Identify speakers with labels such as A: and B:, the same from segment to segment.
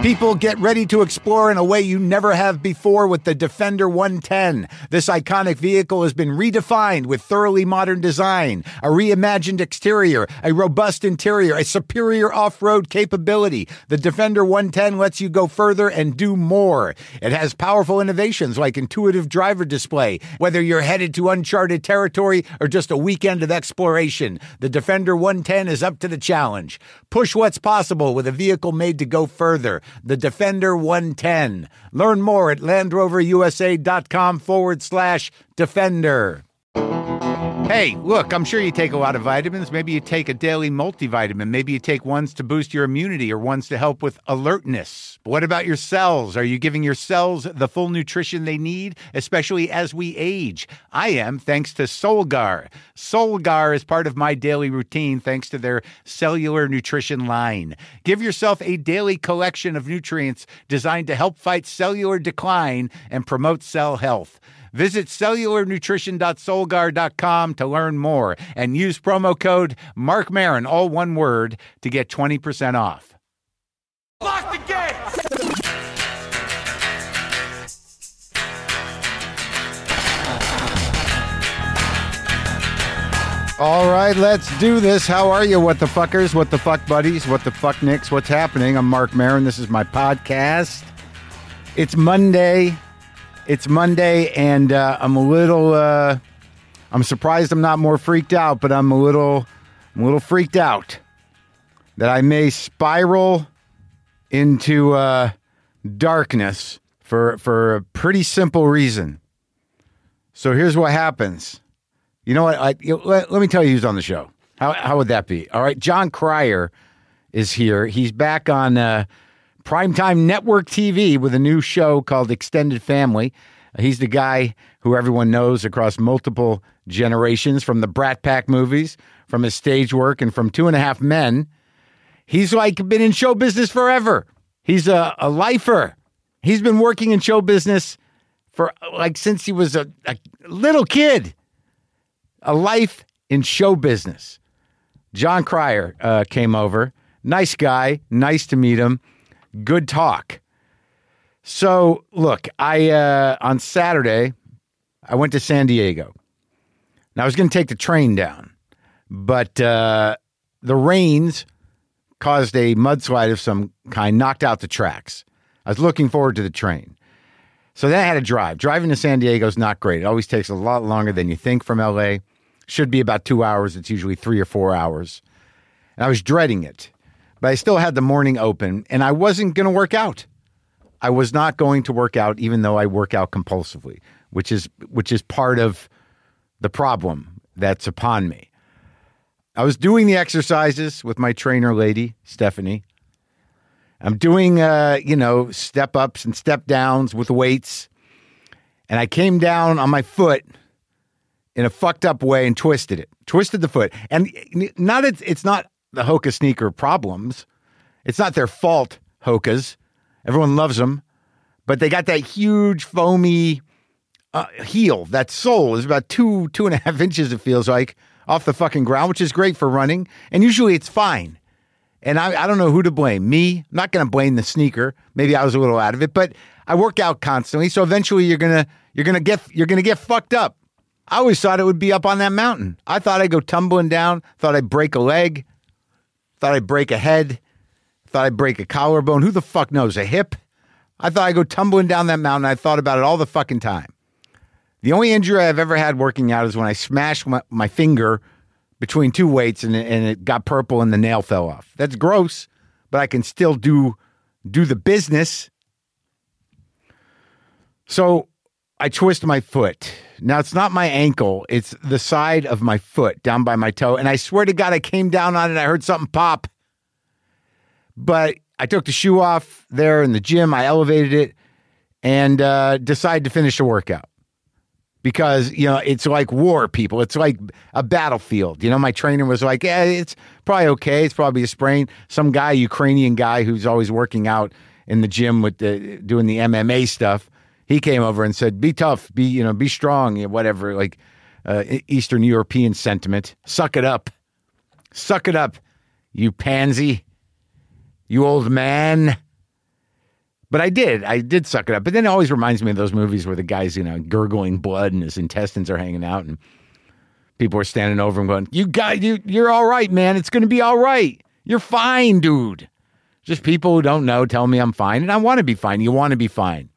A: People get ready to explore in a way you never have before with the Defender 110. This iconic vehicle has been redefined with thoroughly modern design, a reimagined exterior, a robust interior, a superior off road capability. The Defender 110 lets you go further and do more. It has powerful innovations like intuitive driver display, whether you're headed to uncharted territory or just a weekend of exploration. The Defender 110 is up to the challenge. Push what's possible with a vehicle made to go further the Defender 110. Learn more at LandRoverUSA.com forward slash Defender. Hey, look, I'm sure you take a lot of vitamins. Maybe you take a daily multivitamin. Maybe you take ones to boost your immunity or ones to help with alertness. But what about your cells? Are you giving your cells the full nutrition they need, especially as we age? I am, thanks to Solgar. Solgar is part of my daily routine thanks to their cellular nutrition line. Give yourself a daily collection of nutrients designed to help fight cellular decline and promote cell health. Visit cellularnutrition.solgar.com to learn more and use promo code Mark Marin, all one word, to get 20% off.
B: Lock the gate!
A: All right, let's do this. How are you, what the fuckers, what the fuck buddies, what the fuck nicks, what's happening? I'm Mark Marin. This is my podcast. It's Monday. It's Monday, and uh, I'm a little. Uh, I'm surprised I'm not more freaked out, but I'm a little, I'm a little freaked out that I may spiral into uh, darkness for for a pretty simple reason. So here's what happens. You know what? I, you know, let, let me tell you who's on the show. How how would that be? All right, John Cryer is here. He's back on. Uh, primetime network TV with a new show called Extended Family. He's the guy who everyone knows across multiple generations from the Brat Pack movies, from his stage work, and from Two and a Half Men. He's like been in show business forever. He's a, a lifer. He's been working in show business for like since he was a, a little kid. A life in show business. John Cryer uh, came over. Nice guy. Nice to meet him good talk. So, look, I uh, on Saturday I went to San Diego. Now I was going to take the train down, but uh, the rains caused a mudslide of some kind, knocked out the tracks. I was looking forward to the train. So then I had to drive. Driving to San Diego is not great. It always takes a lot longer than you think from LA. Should be about two hours. It's usually three or four hours. And I was dreading it but I still had the morning open and I wasn't going to work out. I was not going to work out even though I work out compulsively, which is which is part of the problem that's upon me. I was doing the exercises with my trainer lady, Stephanie. I'm doing uh, you know, step ups and step downs with weights. And I came down on my foot in a fucked up way and twisted it. Twisted the foot. And not it's, it's not the Hoka sneaker problems. It's not their fault, Hokas. Everyone loves them, but they got that huge foamy uh, heel. That sole is about two, two and a half inches, it feels like, off the fucking ground, which is great for running. And usually it's fine. And I, I don't know who to blame. Me, I'm not going to blame the sneaker. Maybe I was a little out of it, but I work out constantly, so eventually you're gonna you're gonna get you're gonna get fucked up. I always thought it would be up on that mountain. I thought I'd go tumbling down. Thought I'd break a leg thought I'd break a head, thought I'd break a collarbone. Who the fuck knows? A hip? I thought I'd go tumbling down that mountain. I thought about it all the fucking time. The only injury I've ever had working out is when I smashed my, my finger between two weights and, and it got purple and the nail fell off. That's gross, but I can still do do the business. So I twist my foot. Now it's not my ankle, it's the side of my foot down by my toe. And I swear to God, I came down on it. I heard something pop. But I took the shoe off there in the gym. I elevated it and uh, decided to finish the workout because you know it's like war, people. It's like a battlefield. You know, my trainer was like, "Yeah, it's probably okay. It's probably a sprain." Some guy, Ukrainian guy, who's always working out in the gym with the doing the MMA stuff. He came over and said, "Be tough. Be you know, be strong. You know, whatever." Like uh, Eastern European sentiment. Suck it up. Suck it up, you pansy. You old man. But I did. I did suck it up. But then it always reminds me of those movies where the guy's, you know, gurgling blood and his intestines are hanging out and people are standing over him going, You guys, you, you're all right, man. It's going to be all right. You're fine, dude. Just people who don't know tell me I'm fine. And I want to be fine. You want to be fine.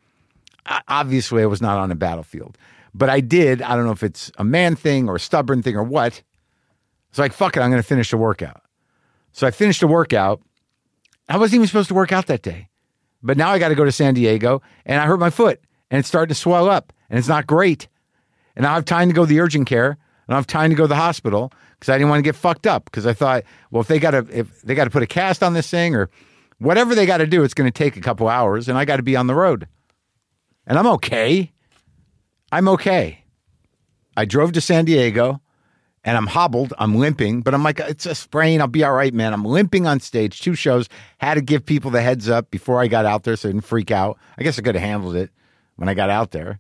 A: I, obviously, I was not on a battlefield. But I did. I don't know if it's a man thing or a stubborn thing or what. It's like, fuck it, I'm going to finish the workout. So I finished the workout. I wasn't even supposed to work out that day. But now I got to go to San Diego and I hurt my foot and it's starting to swell up and it's not great. And I have time to go to the urgent care and I have time to go to the hospital because I didn't want to get fucked up because I thought, well, if they got to if they got to put a cast on this thing or whatever they got to do, it's going to take a couple hours and I got to be on the road. And I'm okay. I'm okay. I drove to San Diego and I'm hobbled, I'm limping, but I'm like, it's a sprain. I'll be all right, man. I'm limping on stage, two shows. Had to give people the heads up before I got out there so I didn't freak out. I guess I could have handled it when I got out there.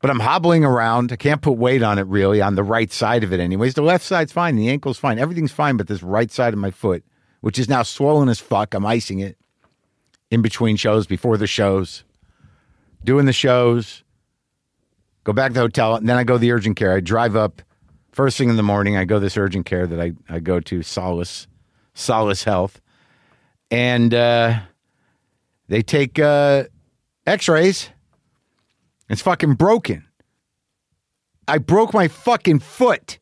A: But I'm hobbling around. I can't put weight on it really, on the right side of it, anyways. The left side's fine, the ankle's fine, everything's fine, but this right side of my foot, which is now swollen as fuck, I'm icing it in between shows, before the shows, doing the shows, go back to the hotel, and then I go to the urgent care. I drive up first thing in the morning i go this urgent care that i, I go to solace solace health and uh, they take uh, x-rays it's fucking broken i broke my fucking foot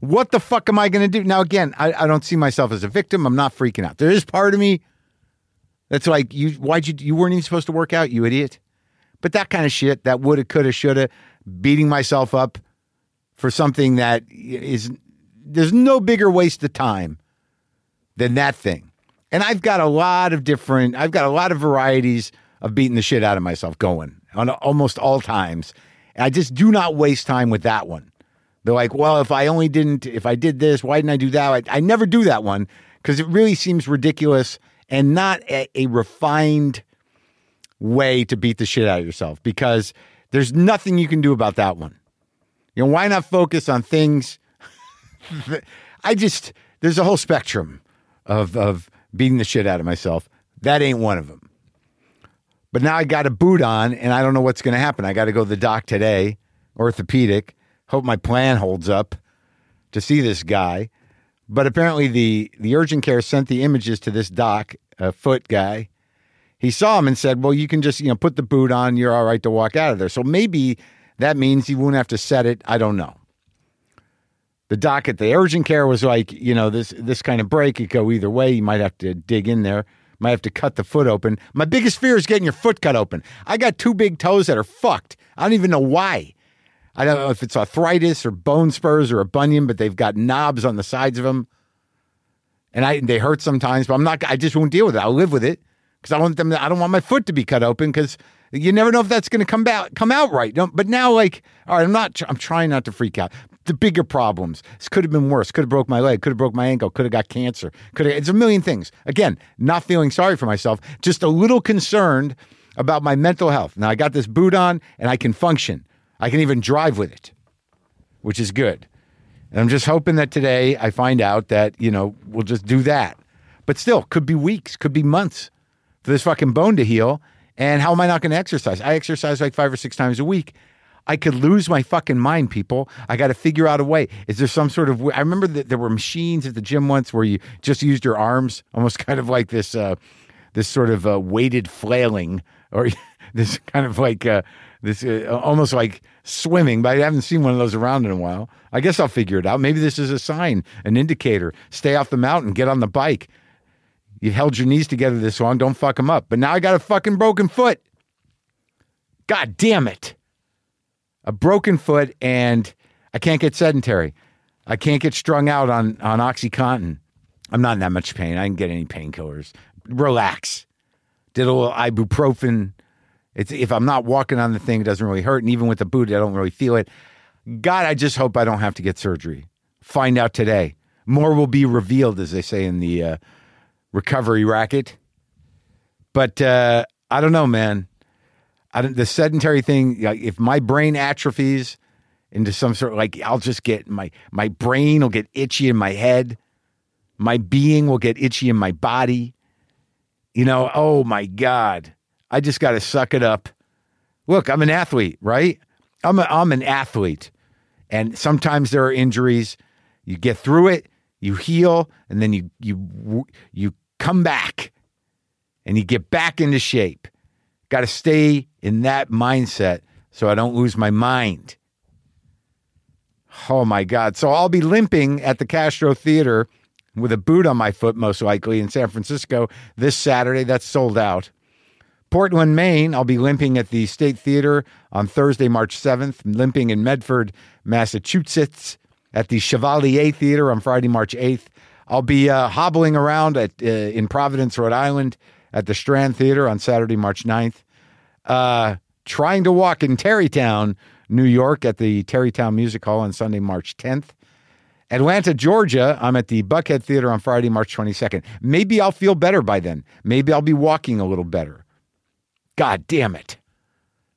A: what the fuck am i going to do now again I, I don't see myself as a victim i'm not freaking out there is part of me that's like you why'd you you weren't even supposed to work out you idiot but that kind of shit that woulda coulda shoulda beating myself up for something that is there's no bigger waste of time than that thing. And I've got a lot of different I've got a lot of varieties of beating the shit out of myself going on almost all times. And I just do not waste time with that one. They're like, well, if I only didn't, if I did this, why didn't I do that? I, I never do that one because it really seems ridiculous and not a, a refined way to beat the shit out of yourself because there's nothing you can do about that one. You know, why not focus on things? I just there's a whole spectrum of of beating the shit out of myself. That ain't one of them. But now I got a boot on, and I don't know what's going to happen. I got to go to the doc today, orthopedic. Hope my plan holds up to see this guy. But apparently, the the urgent care sent the images to this doc, a foot guy. He saw him and said, "Well, you can just you know put the boot on. You're all right to walk out of there." So maybe that means he won't have to set it. I don't know. The doc at the urgent care was like, you know, this this kind of break could go either way. You might have to dig in there. Might have to cut the foot open. My biggest fear is getting your foot cut open. I got two big toes that are fucked. I don't even know why. I don't know if it's arthritis or bone spurs or a bunion, but they've got knobs on the sides of them, and I they hurt sometimes. But I'm not. I just won't deal with it. I'll live with it because I want them. To, I don't want my foot to be cut open because you never know if that's going to come out come out right. No, but now, like, all right, I'm not. I'm trying not to freak out. The bigger problems. This could have been worse. Could have broke my leg. Could have broke my ankle. Could have got cancer. Could have. It's a million things. Again, not feeling sorry for myself. Just a little concerned about my mental health. Now I got this boot on and I can function. I can even drive with it, which is good. And I'm just hoping that today I find out that you know we'll just do that. But still, could be weeks. Could be months for this fucking bone to heal. And how am I not going to exercise? I exercise like five or six times a week. I could lose my fucking mind, people. I got to figure out a way. Is there some sort of? Way? I remember that there were machines at the gym once where you just used your arms, almost kind of like this, uh, this sort of uh, weighted flailing, or this kind of like uh, this uh, almost like swimming. But I haven't seen one of those around in a while. I guess I'll figure it out. Maybe this is a sign, an indicator. Stay off the mountain. Get on the bike. You held your knees together this long. Don't fuck them up. But now I got a fucking broken foot. God damn it. A broken foot, and I can't get sedentary. I can't get strung out on, on Oxycontin. I'm not in that much pain. I didn't get any painkillers. Relax. Did a little ibuprofen. It's if I'm not walking on the thing, it doesn't really hurt. And even with the boot, I don't really feel it. God, I just hope I don't have to get surgery. Find out today. More will be revealed, as they say in the uh, recovery racket. But uh, I don't know, man. I don't, the sedentary thing. Like, if my brain atrophies into some sort, like I'll just get my my brain will get itchy in my head. My being will get itchy in my body. You know, oh my God. I just got to suck it up. Look, I'm an athlete, right? I'm, a, I'm an athlete. And sometimes there are injuries. You get through it, you heal, and then you, you, you come back and you get back into shape. Got to stay in that mindset so I don't lose my mind. Oh my God. So I'll be limping at the Castro Theater with a boot on my foot, most likely, in San Francisco this Saturday. That's sold out. Portland, Maine, I'll be limping at the State Theater on Thursday, March 7th, limping in Medford, Massachusetts at the Chevalier Theater on Friday, March 8th. I'll be uh, hobbling around at, uh, in Providence, Rhode Island at the Strand Theater on Saturday, March 9th. Uh, trying to walk in Tarrytown, New York at the Tarrytown Music Hall on Sunday, March 10th. Atlanta, Georgia, I'm at the Buckhead Theater on Friday, March 22nd. Maybe I'll feel better by then. Maybe I'll be walking a little better. God damn it.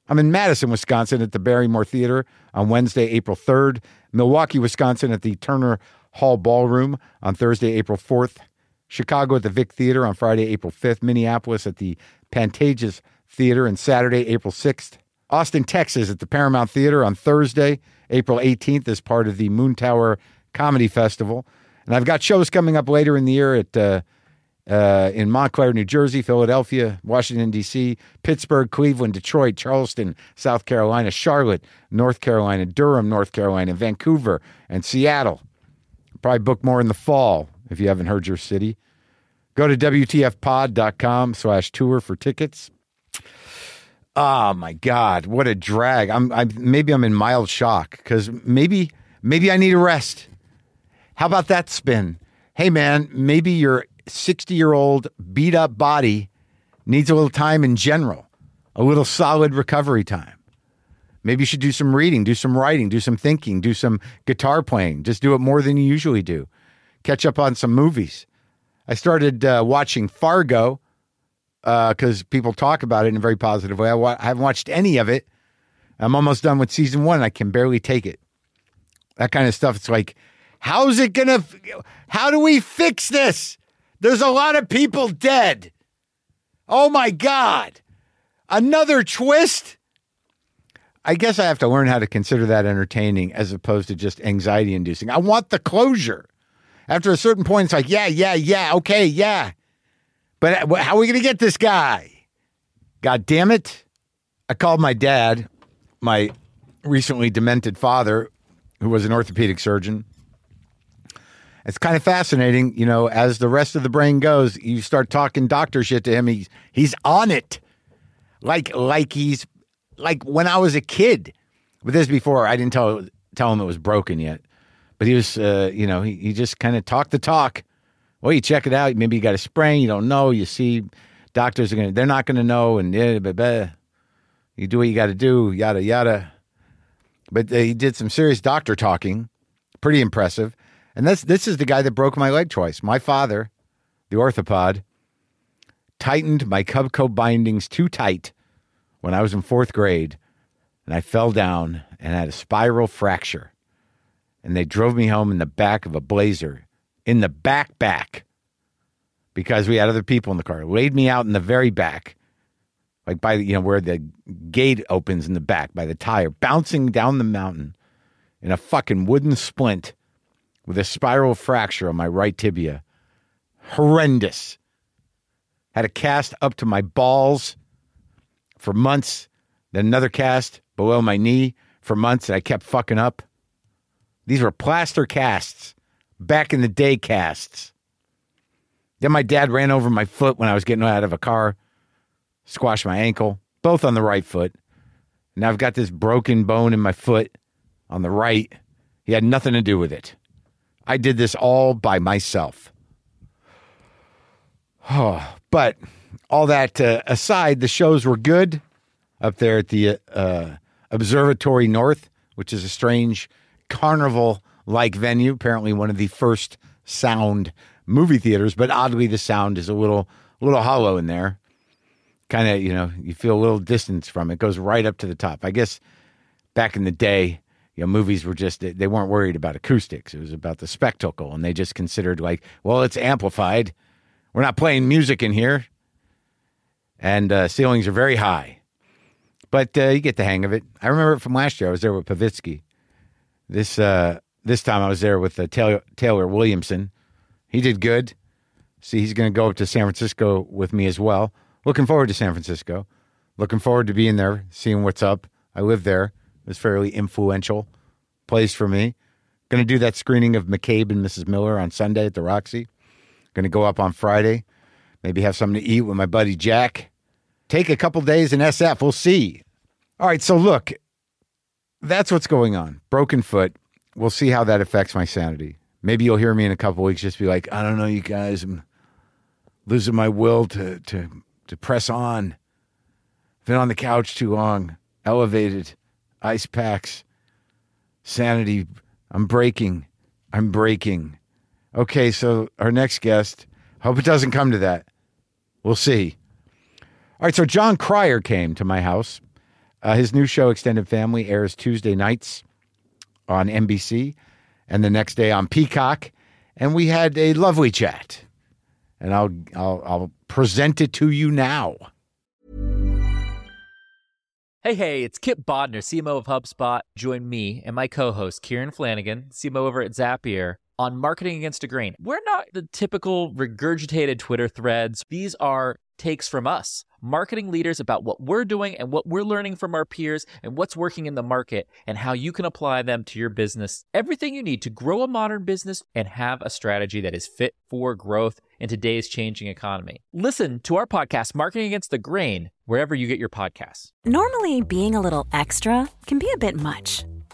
A: I'm in Madison, Wisconsin at the Barrymore Theater on Wednesday, April 3rd, Milwaukee, Wisconsin at the Turner Hall Ballroom on Thursday, April 4th, Chicago at the Vic Theater on Friday, April 5th, Minneapolis at the Pantages Theater on Saturday, April 6th, Austin, Texas at the Paramount Theater on Thursday, April 18th as part of the Moon Tower Comedy Festival. And I've got shows coming up later in the year at uh, uh, in Montclair, New Jersey, Philadelphia, Washington, D.C., Pittsburgh, Cleveland, Detroit, Charleston, South Carolina, Charlotte, North Carolina, Durham, North Carolina, Vancouver, and Seattle. Probably book more in the fall if you haven't heard your city. Go to WTFpod.com slash tour for tickets. Oh my God, what a drag. I'm, I'm maybe I'm in mild shock because maybe maybe I need a rest. How about that spin? Hey man, maybe you're 60 year old beat up body needs a little time in general, a little solid recovery time. Maybe you should do some reading, do some writing, do some thinking, do some guitar playing. Just do it more than you usually do. Catch up on some movies. I started uh, watching Fargo because uh, people talk about it in a very positive way. I, wa- I haven't watched any of it. I'm almost done with season one. I can barely take it. That kind of stuff. It's like, how's it going to, f- how do we fix this? There's a lot of people dead. Oh my God. Another twist? I guess I have to learn how to consider that entertaining as opposed to just anxiety inducing. I want the closure. After a certain point, it's like, yeah, yeah, yeah, okay, yeah. But uh, how are we going to get this guy? God damn it. I called my dad, my recently demented father, who was an orthopedic surgeon it's kind of fascinating, you know, as the rest of the brain goes, you start talking doctor shit to him, he's he's on it. Like like he's like when I was a kid. But this before I didn't tell tell him it was broken yet. But he was uh, you know, he, he just kind of talked the talk. Well, you check it out, maybe you got a sprain, you don't know, you see doctors are going to they're not going to know and yeah, blah, blah. you do what you got to do, yada yada. But uh, he did some serious doctor talking. Pretty impressive. And this this is the guy that broke my leg twice. My father, the orthopod, tightened my Cubco bindings too tight when I was in fourth grade, and I fell down and had a spiral fracture. And they drove me home in the back of a blazer, in the back back, because we had other people in the car. Laid me out in the very back, like by the, you know where the gate opens in the back by the tire, bouncing down the mountain in a fucking wooden splint with a spiral fracture on my right tibia. Horrendous. Had a cast up to my balls for months, then another cast below my knee for months, and I kept fucking up. These were plaster casts, back in the day casts. Then my dad ran over my foot when I was getting out of a car, squashed my ankle, both on the right foot. Now I've got this broken bone in my foot on the right. He had nothing to do with it. I did this all by myself. Oh, but all that uh, aside, the shows were good up there at the uh, Observatory North, which is a strange carnival like venue, apparently one of the first sound movie theaters, but oddly the sound is a little little hollow in there. Kind of, you know, you feel a little distance from it. it. Goes right up to the top. I guess back in the day, you know, movies were just they weren't worried about acoustics. It was about the spectacle and they just considered like, well, it's amplified. We're not playing music in here. And uh, ceilings are very high. But uh, you get the hang of it. I remember it from last year. I was there with Pavitsky. This uh, this time I was there with uh, Taylor, Taylor Williamson. He did good. See, he's going to go up to San Francisco with me as well. Looking forward to San Francisco. Looking forward to being there, seeing what's up. I live there. It was fairly influential place for me. Going to do that screening of McCabe and Mrs. Miller on Sunday at the Roxy. Going to go up on Friday. Maybe have something to eat with my buddy Jack. Take a couple days in SF. We'll see. All right. So look, that's what's going on. Broken foot. We'll see how that affects my sanity maybe you'll hear me in a couple weeks just be like i don't know you guys i'm losing my will to to to press on been on the couch too long elevated ice packs sanity i'm breaking i'm breaking okay so our next guest hope it doesn't come to that we'll see all right so john cryer came to my house uh, his new show extended family airs tuesday nights on nbc and the next day on Peacock, and we had a lovely chat. And I'll I'll, I'll present it to you now.
B: Hey, hey, it's Kip Bodner, CMO of HubSpot. Join me and my co-host Kieran Flanagan, CMO over at Zapier, on marketing against a grain. We're not the typical regurgitated Twitter threads. These are takes from us marketing leaders about what we're doing and what we're learning from our peers and what's working in the market and how you can apply them to your business. Everything you need to grow a modern business and have a strategy that is fit for growth in today's changing economy. Listen to our podcast, Marketing Against the Grain, wherever you get your podcasts.
C: Normally, being a little extra can be a bit much,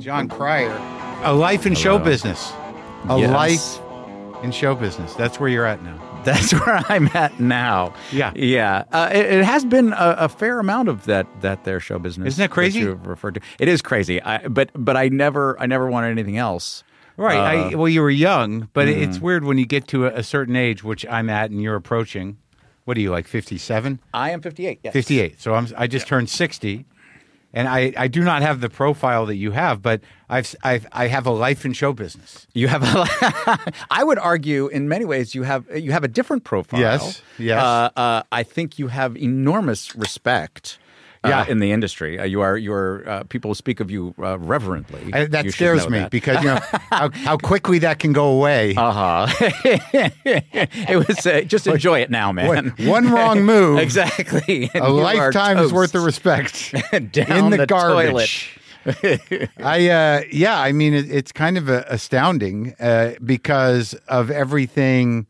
A: John Cryer. A life in show
D: Hello.
A: business. A
D: Yes.
A: life in show business. That's where you're at now.
D: That's where I'm at now.
A: Yeah.
D: yeah. Uh, it, it has been a, a fair amount of that that there show business.
A: Isn't that crazy?
D: you have referred to it is crazy. I, but but I never I never wanted anything else.
A: Right. I,
D: Uh,
A: well, you were young, but it it's weird when you get to a, a certain age, which I'm at and you're approaching. What are you, like 57?
D: I am 58. Yes.
A: 58. So I'm, I just turned 60. And I, I do not have the profile that you have, but I've, I've, I have a life in show business.
D: You have. A, I would argue, in many ways, you have you have a different profile.
A: Yes, yes.
D: Uh, uh, I think you have enormous respect. uh,
A: Yeah.
D: in the industry, uh, you are you are uh, people speak of you uh, reverently.
A: I, that
D: You should
A: scares
D: know
A: me
D: that.
A: because you know how, how quickly that can go away.
D: Uh huh. it was uh, just enjoy it now, man.
A: One- one wrong move.
D: exactly.
A: a lifetime's worth of respect
D: Down
A: in the,
D: the
A: garbage. I uh, yeah, I mean it, it's kind of uh, astounding uh, because of everything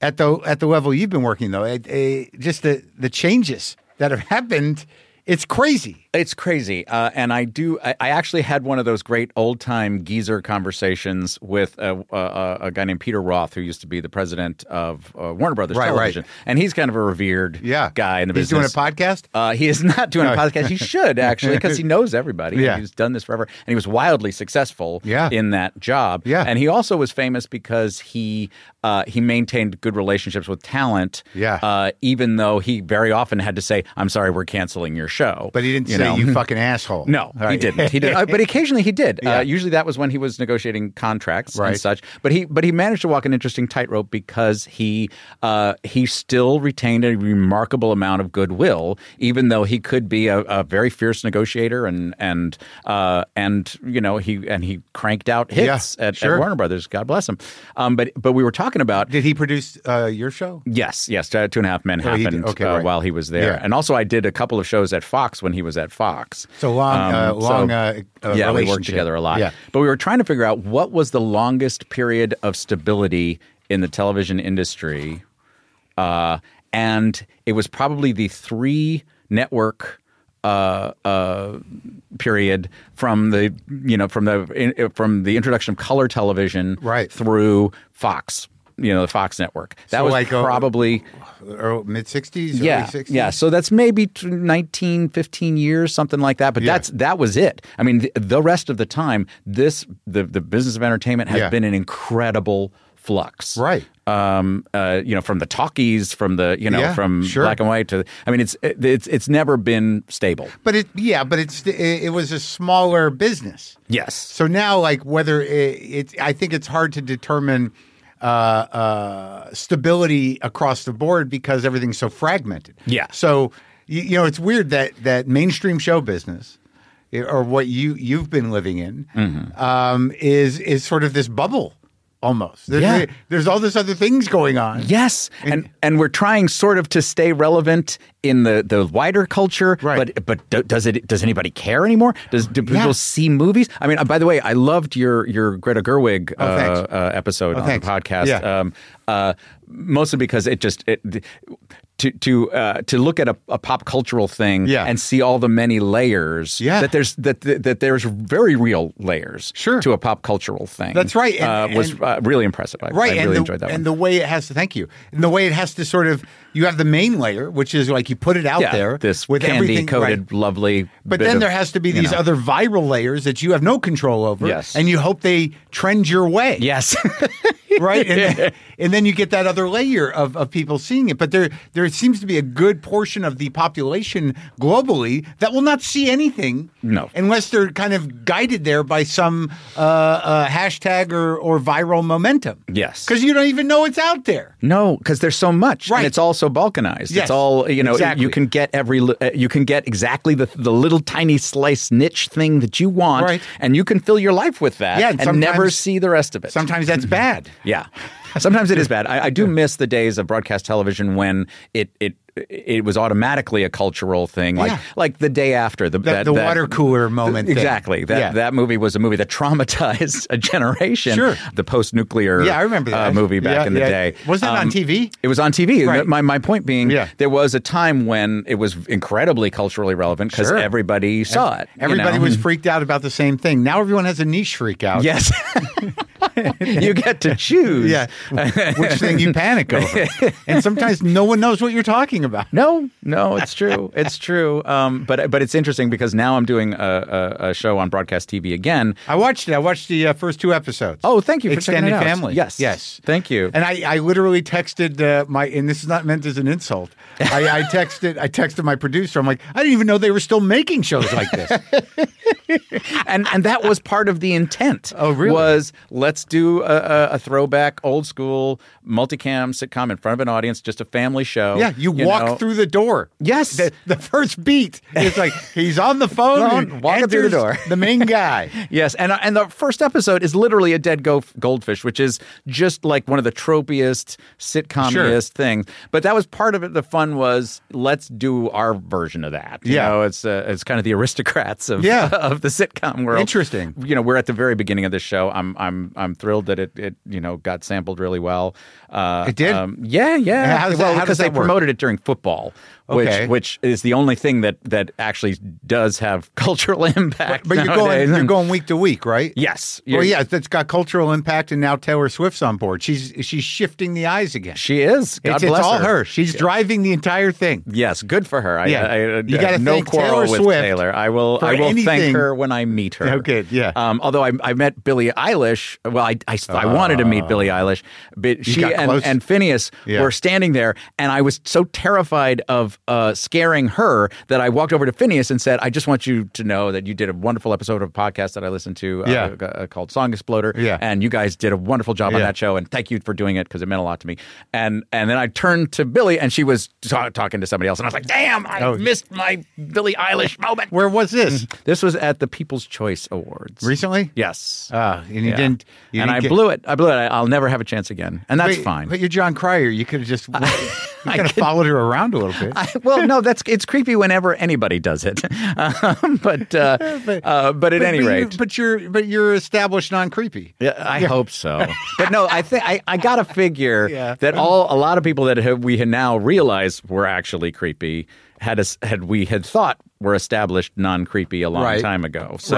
A: at the at the level you've been working though. It, it- just the the changes that have happened, it's crazy.
D: It's crazy, uh, and I do. I, I actually had one of those great old time geezer conversations with a, a, a guy named Peter Roth, who used to be the president of uh, Warner Brothers
A: Right, right.
D: Television, and he's kind of a revered
A: Yeah,
D: guy in the
A: He's
D: business.
A: doing a podcast.
D: Uh, he is not doing a
A: No.
D: podcast. He should actually, because he knows everybody.
A: Yeah.
D: He's done this forever, and he was wildly successful.
A: Yeah.
D: in that job.
A: Yeah.
D: and he also was famous because he uh, he maintained good relationships with talent.
A: Yeah.
D: uh, even though he very often had to say, "I'm sorry, we're canceling your show,"
A: But he didn't
D: you
A: say it, you fucking asshole.
D: No,
A: All
D: he
A: right.
D: didn't. He didn't. Uh, but occasionally he did.
A: Yeah.
D: Uh, usually that was when he was negotiating contracts
A: Right.
D: and such. But he but he managed to walk an interesting tightrope because he uh, he still retained a remarkable amount of goodwill, even though he could be a, a very fierce negotiator and and uh, and you know he and he cranked out hits
A: Yeah,
D: at,
A: sure.
D: at Warner Brothers. God bless him. Um, but but we were talking about
A: Did he produce uh, your show?
D: Yes, yes. uh, Two and a Half Men
A: Oh, he
D: happened
A: did. Okay,
D: uh,
A: right.
D: while he was there,
A: Yeah.
D: and also I did a couple of shows at Fox when he was at Fox.
A: So long, uh,
D: Um, so-
A: long. uh, uh,
D: yeah, we worked
A: relationship.
D: together a lot.
A: Yeah.
D: But we were trying to figure out what was the longest period of stability in the television industry. Uh, and it was probably the three network uh, uh, period from the you know from the in, from the introduction of color television
A: Right.
D: through Fox you know the Fox network that
A: So
D: was
A: like uh, a-
D: probably
A: Or mid sixties,
D: yeah,
A: early sixties.
D: yeah. So that's maybe t- 19, 15 years, something like that. But
A: Yeah.
D: that's that was it. I mean, the, the rest of the time, this the the business of entertainment has
A: Yeah.
D: been an incredible flux,
A: Right.
D: Um, uh, you know, from the talkies, from the you know,
A: Yeah,
D: from
A: sure.
D: black and white to, I mean, it's it's it's never been stable.
A: But it, yeah, but it's it, it was a smaller business.
D: Yes.
A: So now, like whether it, it's, I think it's hard to determine uh, uh, stability across the board because everything's so fragmented.
D: Yeah.
A: So you, you know, it's weird that that mainstream show business. eh, Or what you you've been living in
D: Mm-hmm.
A: um, is is sort of this bubble, almost. There's,
D: Yeah.
A: there's all this other things going on.
D: Yes, and and we're trying sort of to stay relevant in the, the wider culture,
A: Right.
D: but but do, does it does anybody care anymore? Does do people
A: Yeah.
D: see movies? I mean, uh, by the way, I loved your your Greta Gerwig
A: Oh, thanks.
D: uh, uh, episode
A: Oh,
D: on
A: thanks.
D: the podcast,
A: Yeah.
D: um, uh, mostly because it just it, to to uh, to look at a, a pop cultural thing
A: Yeah.
D: and see all the many layers
A: Yeah.
D: that there's that, that that there's very real layers
A: Sure.
D: to a pop cultural thing.
A: That's right, and-
D: uh, was
A: and-
D: uh, really impressive. I,
A: right
D: I
A: and
D: really
A: the,
D: enjoyed that
A: and
D: one.
A: the way it has to thank you and the way it has to sort of you have the main layer which is like you put it out
D: yeah,
A: there
D: This
A: with
D: candy
A: everything
D: coated,
A: right.
D: lovely.
A: but
D: bit
A: then
D: of,
A: there has to be
D: you
A: these
D: know.
A: other viral layers that you have no control over
D: Yes.
A: and you hope they trend your way
D: Yes.
A: right and, then- and then you get that other layer of, of people seeing it but there there seems to be a good portion of the population globally that will not see anything
D: No.
A: unless they're kind of guided there by some uh, uh, hashtag or, or viral momentum
D: Yes.
A: because you don't even know it's out there
D: no, because there's so much,
A: Right.
D: and it's all so balkanized.
A: Yes,
D: It's all you know.
A: exactly.
D: You can get every. li- Uh, you can get exactly the the little tiny slice niche thing that you want,
A: Right.
D: and you can fill your life with that,
A: Yeah, and
D: and, never
A: sometimes-
D: see the rest of it.
A: Sometimes that's bad.
D: Yeah. Sometimes it is bad. I, I do miss the days of broadcast television when it it it was automatically a cultural thing, like
A: Yeah.
D: like the day after the that,
A: the
D: that-
A: water cooler moment thing.
D: Exactly. That
A: Yeah.
D: that movie was a movie that traumatized a generation.
A: Sure.
D: The post nuclear
A: Yeah, I remember that.
D: uh, movie back
A: Yeah,
D: in the
A: yeah.
D: day. Um,
A: Was that on TV?
D: It was on TV.
A: Right.
D: My my point being,
A: Yeah.
D: there was a time when it was incredibly culturally relevant because
A: Sure.
D: everybody saw it. you
A: Everybody
D: know?
A: was freaked out about the same thing. Now everyone has a niche freak out.
D: Yes. you get to choose.
A: Yeah. Which thing you panic over. And sometimes no one knows what you're talking about.
D: No, no, it's true. It's true. Um, but but it's interesting because now I'm doing a, a, a show on broadcast TV again.
A: I watched it. I watched the uh, first two episodes.
D: Oh, thank you for checking
A: Extended
D: it out.
A: family.
D: Yes.
A: Yes.
D: Thank you.
A: And I, I literally texted uh, my, and this is not meant as an insult. I, I texted, I texted my producer. I'm like, I didn't even know they were still making shows like this.
D: and and that was part of the intent.
A: Oh, really?
D: Was let's do a, a, a throwback, old school multicam sitcom in front of an audience, just a family show.
A: Yeah, you, walk
D: know.
A: through the door.
D: Yes.
A: the, the first beat is like he's on the phone,
D: Phone, walking through the
A: enters
D: door.
A: The main guy.
D: Yes, and uh, and the first episode is literally a dead go- goldfish, which is just like one of the tropiest sitcomiest things. But that was part of it. The fun was let's do our version of that. You
A: Yeah.
D: know, it's uh, it's kind of the aristocrats of
A: Yeah.
D: of the sitcom world.
A: Interesting.
D: You know, we're at the very beginning of this show. I'm I'm I'm thrilled that it it you know got sampled really well. Uh,
A: It did?
D: yeah, yeah.
A: And how does that-
D: well,
A: how does
D: because they
A: that work?
D: promoted it during football.
A: Okay.
D: Which, which is the only thing that, that actually does have cultural impact.
A: But you're
D: nowadays.
A: going, you're going week to week, right?
D: Yes.
A: Well,
D: You-
A: yeah, that's got cultural impact, and now Taylor Swift's on board. She's she's shifting the eyes again.
D: She is. God
A: it's,
D: bless
A: it's all her.
D: her.
A: She's driving the entire thing.
D: Yes, good for her. I,
A: Yeah.
D: I, I,
A: You
D: I
A: gotta
D: have no
A: thank
D: quarrel
A: Taylor
D: with
A: Swift
D: Taylor. I will.
A: for
D: I will
A: anything.
D: thank her when I meet her.
A: Oh, good. Yeah.
D: Um, although I, I met Billie Eilish. Well, I, I, I wanted to meet Billie Eilish, but she
A: Ah. got
D: and,
A: close.
D: and Phineas
A: Yeah.
D: were standing there, and I was so terrified of uh, scaring her that I walked over to Phineas and said, I just want you to know that you did a wonderful episode of a podcast that I listened to uh,
A: Yeah.
D: uh, called Song Exploder.
A: Yeah.
D: And you guys did a wonderful job on
A: Yeah.
D: that show. And thank you for doing it because it meant a lot to me. And and then I turned to Billy and she was ta- talking to somebody else. And I was like, damn, I
A: Oh.
D: missed my Billie Eilish moment.
A: Where was this?
D: This was at the People's Choice Awards.
A: Recently?
D: Yes.
A: Ah, and you
D: Yeah.
A: didn't. You
D: and
A: didn't
D: I
A: get-
D: blew it. I blew it. I, I'll never have a chance again. And that's
A: but,
D: fine.
A: But you're John Cryer. You could have just you could have followed her around a little bit.
D: I- well, no, that's it's creepy whenever anybody does it. Um, but, uh,
A: But-
D: but, uh, but at
A: But-
D: any
A: but you-
D: rate,
A: but you're but you're established non creepy.
D: Yeah, I hope so. But no, I think I, I gotta figure
A: Yeah.
D: that all a lot of people that have, we had now realize were actually creepy had us had we had thought were established non creepy a long
A: Right.
D: time ago. So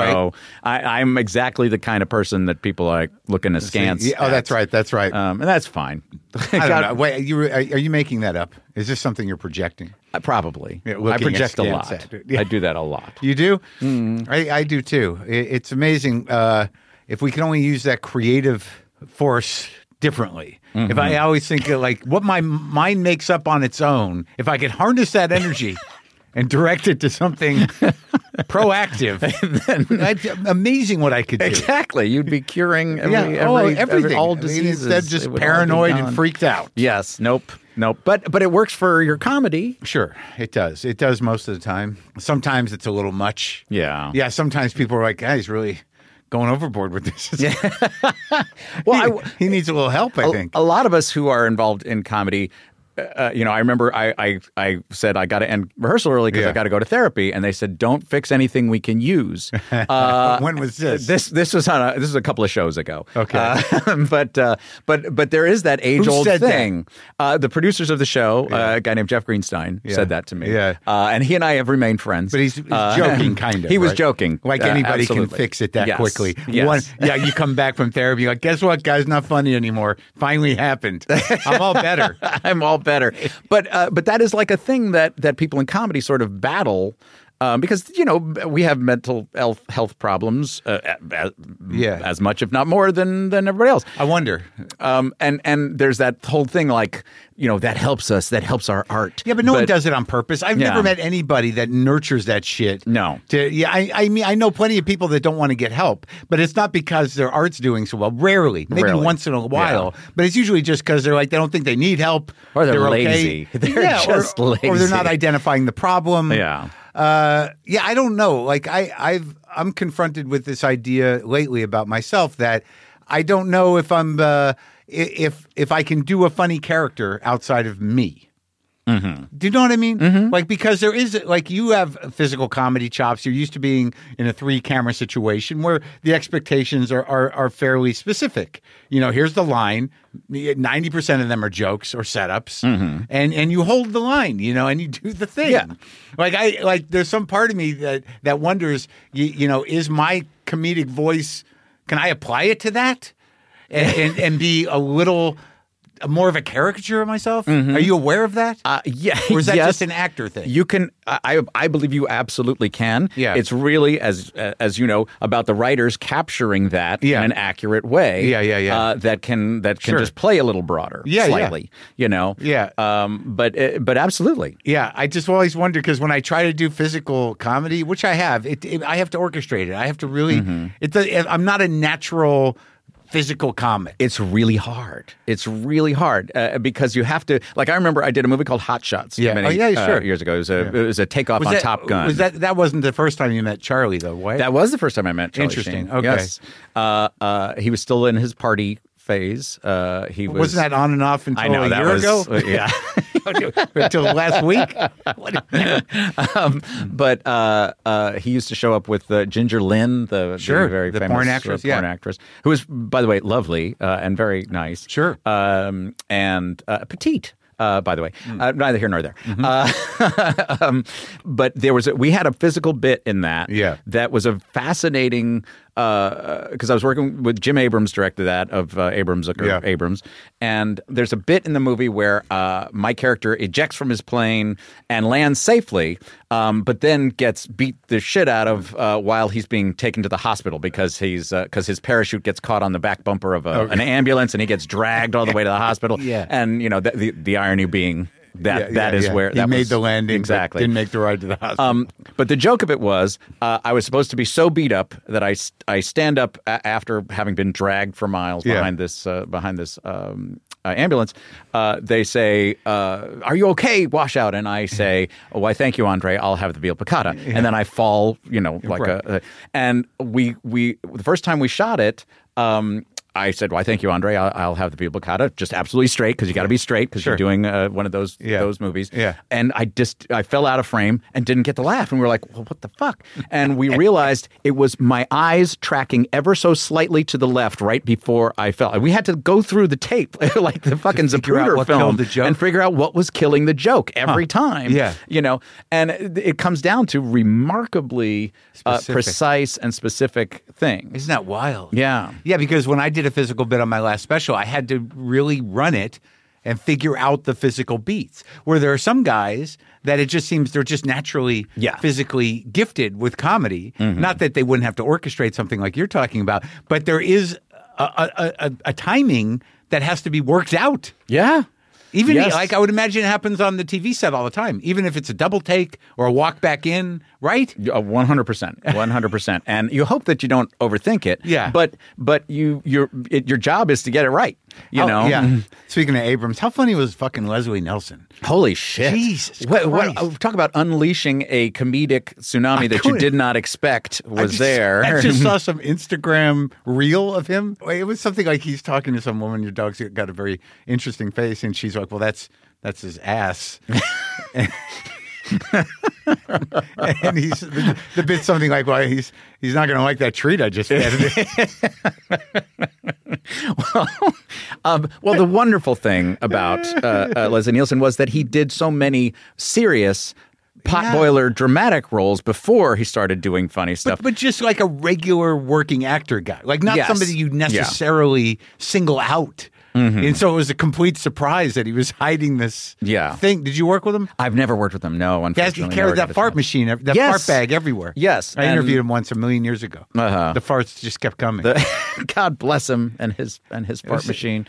A: Right.
D: I, I'm exactly the kind of person that people are looking askance.
A: Yeah, oh,
D: at.
A: that's right. That's right.
D: Um, and that's fine.
A: I don't
D: God-
A: know. Wait, are you, are you making that up? Is this something you're projecting?
D: Uh, Probably.
A: Yeah,
D: I
A: looking
D: project a
A: askance
D: lot.
A: at it. Yeah.
D: I do that a lot.
A: You do?
D: Mm-hmm.
A: I, I do too. I it's amazing uh, if we can only use that creative force differently. If I
D: Mm-hmm.
A: always think of like what my mind makes up on its own, if I could harness that energy and direct it to something proactive, that's amazing what I could do.
D: Exactly. You'd be curing every,
A: oh,
D: every, every-
A: everything.
D: all
A: I mean,
D: diseases.
A: instead,
D: It
A: just
D: would all be
A: paranoid and
D: gone.
A: freaked out.
D: Yes. Nope. Nope. But but it works for your comedy.
A: Sure, it does. It does most of the time. Sometimes it's a little much.
D: Yeah.
A: Yeah, sometimes people are like, guys, really going overboard with this. Yeah.
D: Well, I
A: he,
D: w- Oh, uh,
A: he needs a little help, I
D: a-
A: think.
D: A, lot of us who are involved in comedy, uh, you know, I remember I I, I said I got to end rehearsal early because
A: Yeah.
D: I got to go to therapy, and they said don't fix anything we can use. Uh,
A: when was this?
D: This this was on a, this was a couple of shows ago.
A: Okay.
D: Uh, but uh, but but there is that age old
A: said that?
D: thing. Uh, the producers of the show, uh, a guy named Jeff Greenstein,
A: Yeah.
D: said that to me.
A: Yeah.
D: uh, and he and I have remained friends.
A: But he's, he's
D: Uh,
A: joking, kind of.
D: He was
A: right?
D: joking,
A: Like
D: Uh,
A: anybody
D: absolutely.
A: can fix it that
D: Yes.
A: quickly.
D: Yes.
A: yeah, you come back from therapy, you're like, guess what, guys, not funny anymore. Finally happened. I'm all better.
D: I'm all better. But uh, but that is like a thing that that people in comedy sort of battle. Um, because you know we have mental health health problems, uh, as,
A: Yeah.
D: as much if not more than than everybody else.
A: I wonder.
D: Um, and and there's that whole thing like you know that helps us, that helps our art.
A: Yeah, but no one does it on purpose. I've
D: Yeah.
A: never met anybody that nurtures that shit.
D: No.
A: To, yeah, I, I mean, I know plenty of people that don't want to get help, but it's not because their art's doing so well. Rarely, maybe
D: Rarely.
A: once in a while, but it's usually just because they're like they don't think they need help,
D: Or they're
A: okay.
D: lazy. They're
A: yeah, or-
D: just
A: or, they're not
D: lazy.
A: identifying the problem.
D: Yeah.
A: Uh, yeah, I don't know. Like I, I've I'm confronted with this idea lately about myself that I don't know if I'm uh, i- if if I can do a funny character outside of me. Do you know what I mean? Like because there is like you have physical comedy chops. You're used to being in a three camera situation where the expectations are are, are fairly specific. You know, here's the line. Ninety percent of them are jokes or setups, and and you hold the line. You know, and you do the thing.
D: Yeah.
A: Like I like there's some part of me that that wonders. You, you know, is my comedic voice? Can I apply it to that? And and, and be a little. More of a caricature of myself. Are you aware of that?
D: Uh, yeah,
A: or is that
D: yes.
A: just an actor thing?
D: You can, I, I I believe you absolutely can.
A: Yeah.
D: it's really as as you know about the writers capturing that
A: Yeah.
D: in an accurate way.
A: Yeah, yeah, yeah.
D: Uh, that can that can
A: Sure.
D: just play a little broader.
A: Yeah, yeah.
D: slightly. You know.
A: Yeah.
D: Um. But uh, but absolutely.
A: yeah, I just always wonder because when I try to do physical comedy, which I have, it, it I have to orchestrate it. I have to really.
D: Mm-hmm.
A: It's a, I'm not a natural physical comic.
D: It's really hard. It's really hard uh, because you have to. Like I remember, I did a movie called Hot Shots.
A: Yeah.
D: many,
A: Oh, yeah,
D: uh,
A: sure.
D: years ago, it was a it was a takeoff
A: was
D: on
A: that,
D: Top Gun.
A: Was that that wasn't the first time you met Charlie though? What?
D: That was the first time I met Charlie
A: Interesting.
D: Sheen.
A: Okay.
D: Yes. Uh, uh, he was still in his party phase. Uh, he was.
A: wasn't that on and off until
D: I know
A: a
D: that
A: year
D: was. uh,
A: ago?
D: Yeah.
A: until last week? What-
D: um, but uh, uh, he used to show up with uh, Ginger Lynn, the,
A: Sure,
D: the very
A: the
D: famous
A: porn
D: uh,
A: actress,
D: porn
A: yeah.
D: actress, who was, by the way, lovely uh, and very nice.
A: Sure.
D: Um, and uh, petite. Uh, by the way,
A: Hmm.
D: uh, neither here nor there.
A: Mm-hmm.
D: Uh, um, but there was a, we had a physical bit in that.
A: Yeah.
D: that was a fascinating because I was working with Jim Abrams, directed that of uh, Abrams, Zucker,
A: Yeah.
D: Abrams, and there's a bit in the movie where uh, my character ejects from his plane and lands safely, um, but then gets beat the shit out of uh, while he's being taken to the hospital because he's because his parachute gets caught on the back
E: Oh,
D: bumper of a, an ambulance and he gets dragged all the way to the hospital.
A: Yeah.
D: and you know the the, the irony being. That
E: Yeah,
D: that
E: yeah,
D: is
E: yeah.
D: where
E: he
D: that
E: made
D: was-
E: the landing. but
D: exactly.
E: didn't make the ride to the hospital.
D: Um, but the joke of it was, uh, I was supposed to be so beat up that I s- I stand up a- after having been dragged for miles
E: Yeah.
D: behind this uh, behind this um, uh, ambulance. Uh, they say, uh, "Are you okay, washout?" And I say, "Oh, why, thank you, Andre. I'll have the veal piccata." And then I fall, you know, like a, a- And we we the first time we shot it. Um, I said, "Why, thank you, Andre. I'll, I'll have the veal piccata, just absolutely straight, because you got to be straight, because you're doing uh, one of those
E: Yeah.
D: those movies."
E: Yeah.
D: and I just I fell out of frame and didn't get the laugh, and we were like, well, "What the fuck?" And we realized it was my eyes tracking ever so slightly to the left right before I fell. And we had to go through the tape like the fucking
E: figure out
D: Zapruder
E: what
D: film
E: killed the joke?
D: and figure out what was killing the joke every time.
E: Yeah.
D: you know, and it, it comes down to remarkably uh,
E: Specific.
D: precise and specific things.
A: Isn't that wild?
D: Yeah.
A: Yeah, because when I did a physical bit on my last special, I had to really run it and figure out the physical beats. Where there are some guys that it just seems they're just naturally
D: Yeah. Mm-hmm.
A: physically gifted with comedy. Not that they wouldn't have to orchestrate something like you're talking about, but there is a, a, a, a timing that has to be worked out.
D: Yeah.
A: Even
D: Yes.
A: like I would imagine it happens on the TV set all the time, even if it's a double take or a walk back in, right?
D: uh, One hundred percent, one hundred percent, and you hope that you don't overthink it.
A: Yeah.
D: but but you your it, your job is to get it right. You
A: Oh,
D: know. Mm-hmm.
A: yeah.
E: Speaking of Abrams, how funny was
A: Fucking Leslie Nelson.
D: Holy shit!
A: Jesus
D: What- what-
A: Christ.
D: oh, talk about unleashing a comedic tsunami
A: I
D: that you
A: couldn't-
D: did not expect was
E: just-
D: there.
E: I
A: I
E: just
A: just saw some Instagram reel of him. It was something like he's talking to some woman. Your dog's got a very interesting face, and she's like, "Well, that's that's his ass." and, he's the, the bit's something like, "Well, he's he's not going to like that treat I just fed him."
D: Um, well, the wonderful thing about uh, uh, Leslie Nielsen was that he did so many serious potboiler dramatic roles before he started doing funny stuff.
A: but, but just like a regular working actor guy, like not
D: Yes.
A: somebody you
D: Yeah.
A: necessarily single out. And so it was a complete surprise that he was hiding this
D: Yeah.
A: thing. Did you work with him?
D: I've never worked with him. No,
A: He, has, he
D: unfortunately, never
A: carried
D: got
A: that
D: the
A: fart
D: chance.
A: machine, ev- that fart
D: Yes.
A: bag everywhere.
D: Yes,
A: I
D: and-
A: interviewed him once a million years ago.
D: Uh-huh.
A: The farts just kept coming.
D: the- God bless him and his and his fart machine.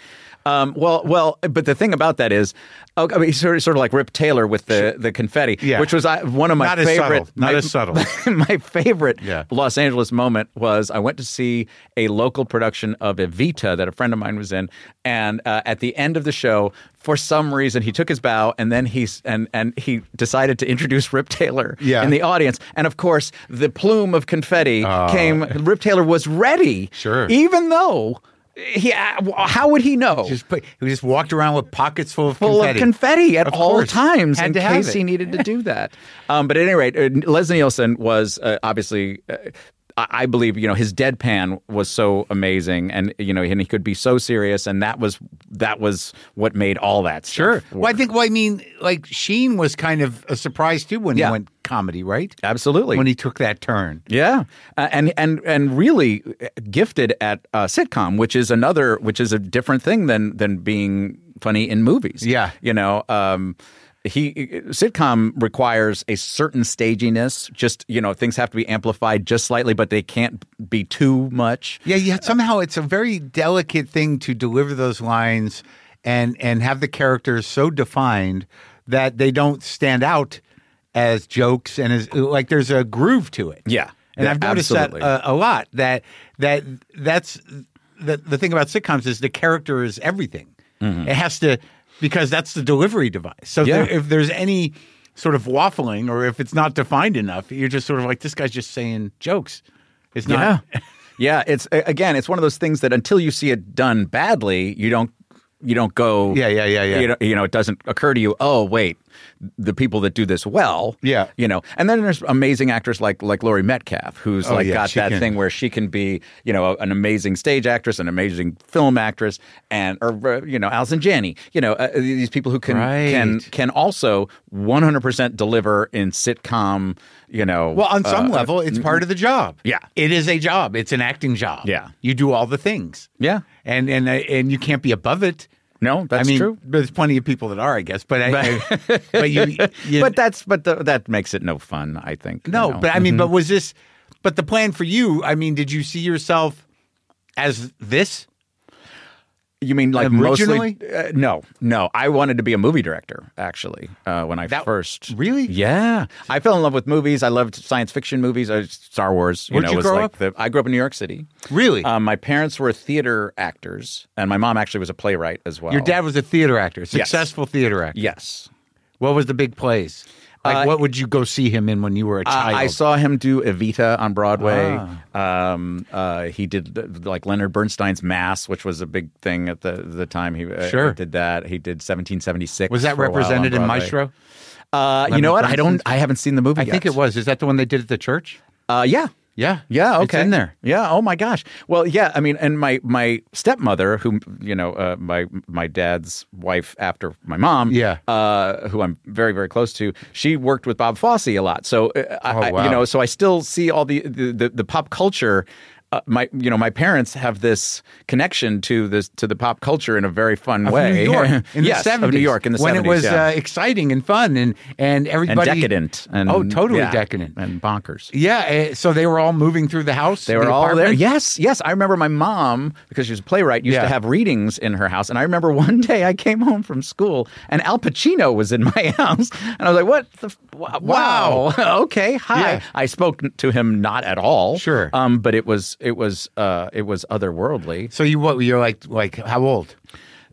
D: Um, well, well, but the thing about that is, oh, I mean, he's sort of, sort of like Rip Taylor with the, the confetti,
A: Yeah.
D: which was I, one of my
A: Not as
D: favorite.
A: subtle. Not
D: my,
A: as subtle.
D: my favorite
A: Yeah.
D: Los Angeles moment was I went to see a local production of Evita that a friend of mine was in, and uh, at the end of the show, for some reason, he took his bow and then he s- and and he decided to introduce Rip Taylor
E: Yeah.
D: in the audience, and of course, the plume of confetti
A: Ah.
D: came. Rip Taylor was ready,
E: Sure.
D: even though he, uh, how would he know?
A: just put, he just walked around with pockets full of
D: full
A: confetti.
D: of confetti at
A: Of
D: all
A: course.
D: times
A: Had
D: in
A: to have
D: case
A: it.
D: he needed to do that. Um, but at any rate, uh, Leslie Nielsen was uh, obviously. Uh, I I believe you know his deadpan was so amazing, and you know, and he could be so serious, and that was that was what made all that. Stuff
A: Sure.
D: work.
A: Well, I think. Well, I mean, like Sheen was kind of a surprise too when
D: Yeah.
A: he went comedy, right?
D: Absolutely.
A: When he took that turn.
D: Yeah, uh, and and and really uh, gifted at uh, sitcom, which is another, which is a different thing than than being funny in movies.
A: Yeah.
D: you know, um, he uh, sitcom requires a certain staginess. Just you know, things have to be amplified just slightly, but they can't be too much.
A: Yeah. Yeah. Somehow it's a very delicate thing to deliver those lines and and have the characters so defined that they don't stand out as jokes and as like there's a groove to it.
D: Yeah.
A: And
D: Yeah,
A: I've noticed
D: absolutely.
A: that uh, a lot. That that that's the the thing about sitcoms is the character is everything. It has to because that's the delivery device. So if
D: Mm-hmm. Yeah.
A: there- if there's any sort of waffling or if it's not defined enough, you're just sort of like this guy's just saying jokes. It's not.
D: yeah. yeah, it's a- again, it's one of those things that until you see it done badly, you don't you don't go
A: Yeah, yeah, yeah, yeah.
D: You know, you know, it doesn't occur to you, "Oh, wait, the people that do this well."
A: Yeah.
D: You know. And then there's amazing actors like like Laurie Metcalf who's like
A: Oh, yeah,
D: got
A: she
D: that
A: can-
D: thing where she can be, you know, an amazing stage actress, an amazing film actress and or uh, you know, Alison Janney, you know, uh, these people who can
A: Right.
D: can can also 100% deliver in sitcom, you know.
A: Well, on some
D: uh,
A: level, it's part of the job.
D: Yeah.
A: it is a job. It's an acting job.
D: Yeah.
A: you do all the things.
D: Yeah.
A: and and uh, and you can't be above it.
D: No, that's
A: I mean,
D: true.
A: There's plenty of people that are, I guess. But I, I- but you, you
D: but that's but the, that Mm-hmm. makes it no fun. I think. you
A: no.
D: know.
A: But I mean, but was this? But the plan for you? I mean, did you see yourself as this?
D: You mean like
A: Originally?
D: mostly? Uh, no, no. I wanted to be a movie director actually uh, when I first.
A: really?
D: Yeah, I fell in love with movies. I loved science fiction movies. I, Star Wars. You
A: Where'd
D: know,
A: you
D: was
A: grow
D: like
A: up?
D: The, I grew up in New York City.
A: Really?
D: Um, my parents were theater actors, and my mom actually was a playwright as well.
A: Your dad was a theater actor, successful theater actor.
D: Yes.
A: What was the big plays? Like,
D: Uh,
A: what would you go see him in when you were a
D: I-
A: child? Ah.
D: I saw him do Evita on Broadway. Um, uh, he did uh, like Leonard Bernstein's Mass, which was a big thing at the the time. He uh,
A: Sure.
D: did that. He did 1776.
A: Was that
D: for a while on
A: represented in
D: Broadway.
A: Maestro?
D: Uh, you know what? I don't. I haven't seen the movie.
A: I think
D: yet.
A: it was. Is that the one they did at the church?
D: Uh, yeah.
A: Yeah.
D: Yeah.
A: It's
D: Okay.
A: in there.
D: Yeah. Oh my gosh. Well, yeah. I mean, and my my stepmother, who you know, uh, my my dad's wife after my mom.
A: Yeah.
D: Uh, who I'm very very close to. She worked with Bob Fosse a lot. So uh, I,
A: Oh,
D: I-
A: wow.
D: you know, so I still see all the the the, the pop culture. Uh, my, you know, my parents have this connection to this to the pop culture in a very fun
A: Of
D: way.
A: New York in
D: yes,
A: the 70s.
D: of New York in the
A: when
D: 70s,
A: it was
D: yeah.
A: uh, exciting and fun and and
D: and
A: everybody
D: decadent, and
A: oh, totally
D: yeah,
A: decadent.
D: and bonkers.
A: Yeah, uh, so they were all moving through the house.
D: They
A: the
D: were all there.
A: apartment?
D: Yes, yes. I remember my mom because she was a playwright used
A: Yeah.
D: to have readings in her house, and I remember one day I came home from school and Al Pacino was in my house, and I was like, "What? The, f- wow!
A: Wow.
D: wow. okay, hi."
A: Yeah.
D: I spoke to him not at all,
A: Sure.
D: um, but it was it was uh, it was otherworldly.
A: So you what you're like like how old?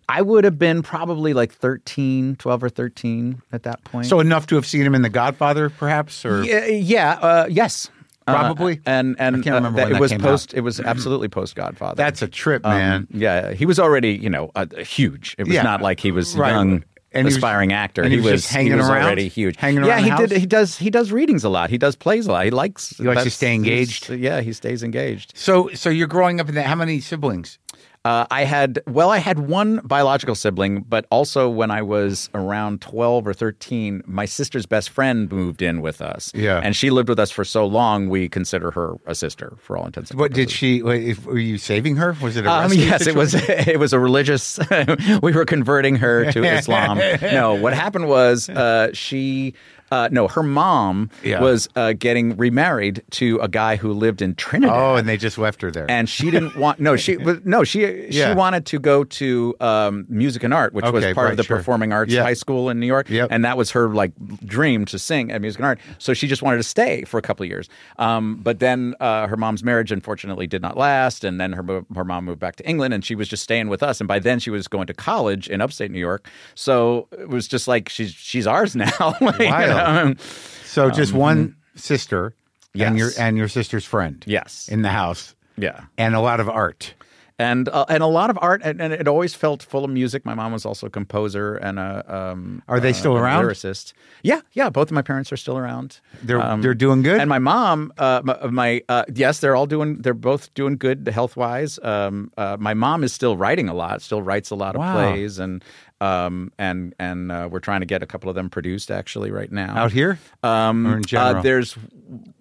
D: I would have been probably like 13, 12 or thirteen at that point.
A: So enough to have seen him in The Godfather, perhaps, or
D: yeah, yeah uh, yes. Uh,
A: Probably.
D: and and
A: I can't remember
D: that
A: when
D: it
A: that
D: was
A: came out.
D: post. It was absolutely post Godfather.
A: that's a trip,
D: Um,
A: man.
D: yeah, he was already, you know, uh, huge. It was
A: Yeah.
D: not like he was
A: Right.
D: young,
A: And he was-
D: aspiring actor.
A: and he was just hanging
D: was
A: around?
D: already huge.
A: Hanging
D: yeah,
A: around
D: he
A: the house?
D: did. He does. He does readings a lot. He does plays a lot. He likes. He
A: likes to stay engaged?
D: Yeah, he stays engaged.
A: So so you're growing up in that. How many siblings?
D: Uh, I had well, I had one biological sibling, but also when I was around twelve or thirteen, my sister's best friend moved in with us.
A: Yeah.
D: and she lived with us for so long, we consider her a sister for all intents and
A: What did
D: purposes.
A: she? Wait, if, were you saving her? Was it a
D: Um,
A: rescue
D: yes, it was. It was a religious. we were converting her to Islam. no, what happened was uh, she. Uh, no, her mom
A: Yeah.
D: was uh, getting remarried to a guy who lived in Trinidad.
A: Oh, and they just left her there.
D: And she didn't want no. She but no. She
A: Yeah.
D: she wanted to go to um, music and art, which was
A: Okay,
D: part
A: right,
D: of the
A: sure.
D: performing arts
A: Yeah.
D: high school in New York,
A: Yep.
D: and that was her like dream to sing at music and art. So she just wanted to stay for a couple of years. Um, but then uh, her mom's marriage unfortunately did not last, and then her mo- her mom moved back to England, and she was just staying with us. And by then she was going to college in upstate New York, so it was just like she's she's ours now. Like, you
A: Wild.
D: know?
A: so just one sister, and
D: um, mm-hmm. Yes.
A: your and your sister's friend.
D: Yes.
A: in the house,
D: Yeah.
A: and a lot of art.
D: and uh, and a lot of art, and, and it always felt full of music. My mom was also a composer and a. Um,
A: Are they
D: uh,
A: still
D: a
A: around?
D: Lyricist. Yeah, yeah. Both of my parents are still around.
A: They're- they're doing good?
D: And my mom, uh, my, my uh, yes, they're all doing. They're both doing good health wise. Um, uh, my mom is still writing a lot. Still writes a lot of
A: Wow.
D: plays, and um, and and uh, we're trying to get a couple of them produced actually right now
A: Out here, um, or in general,
D: uh, there's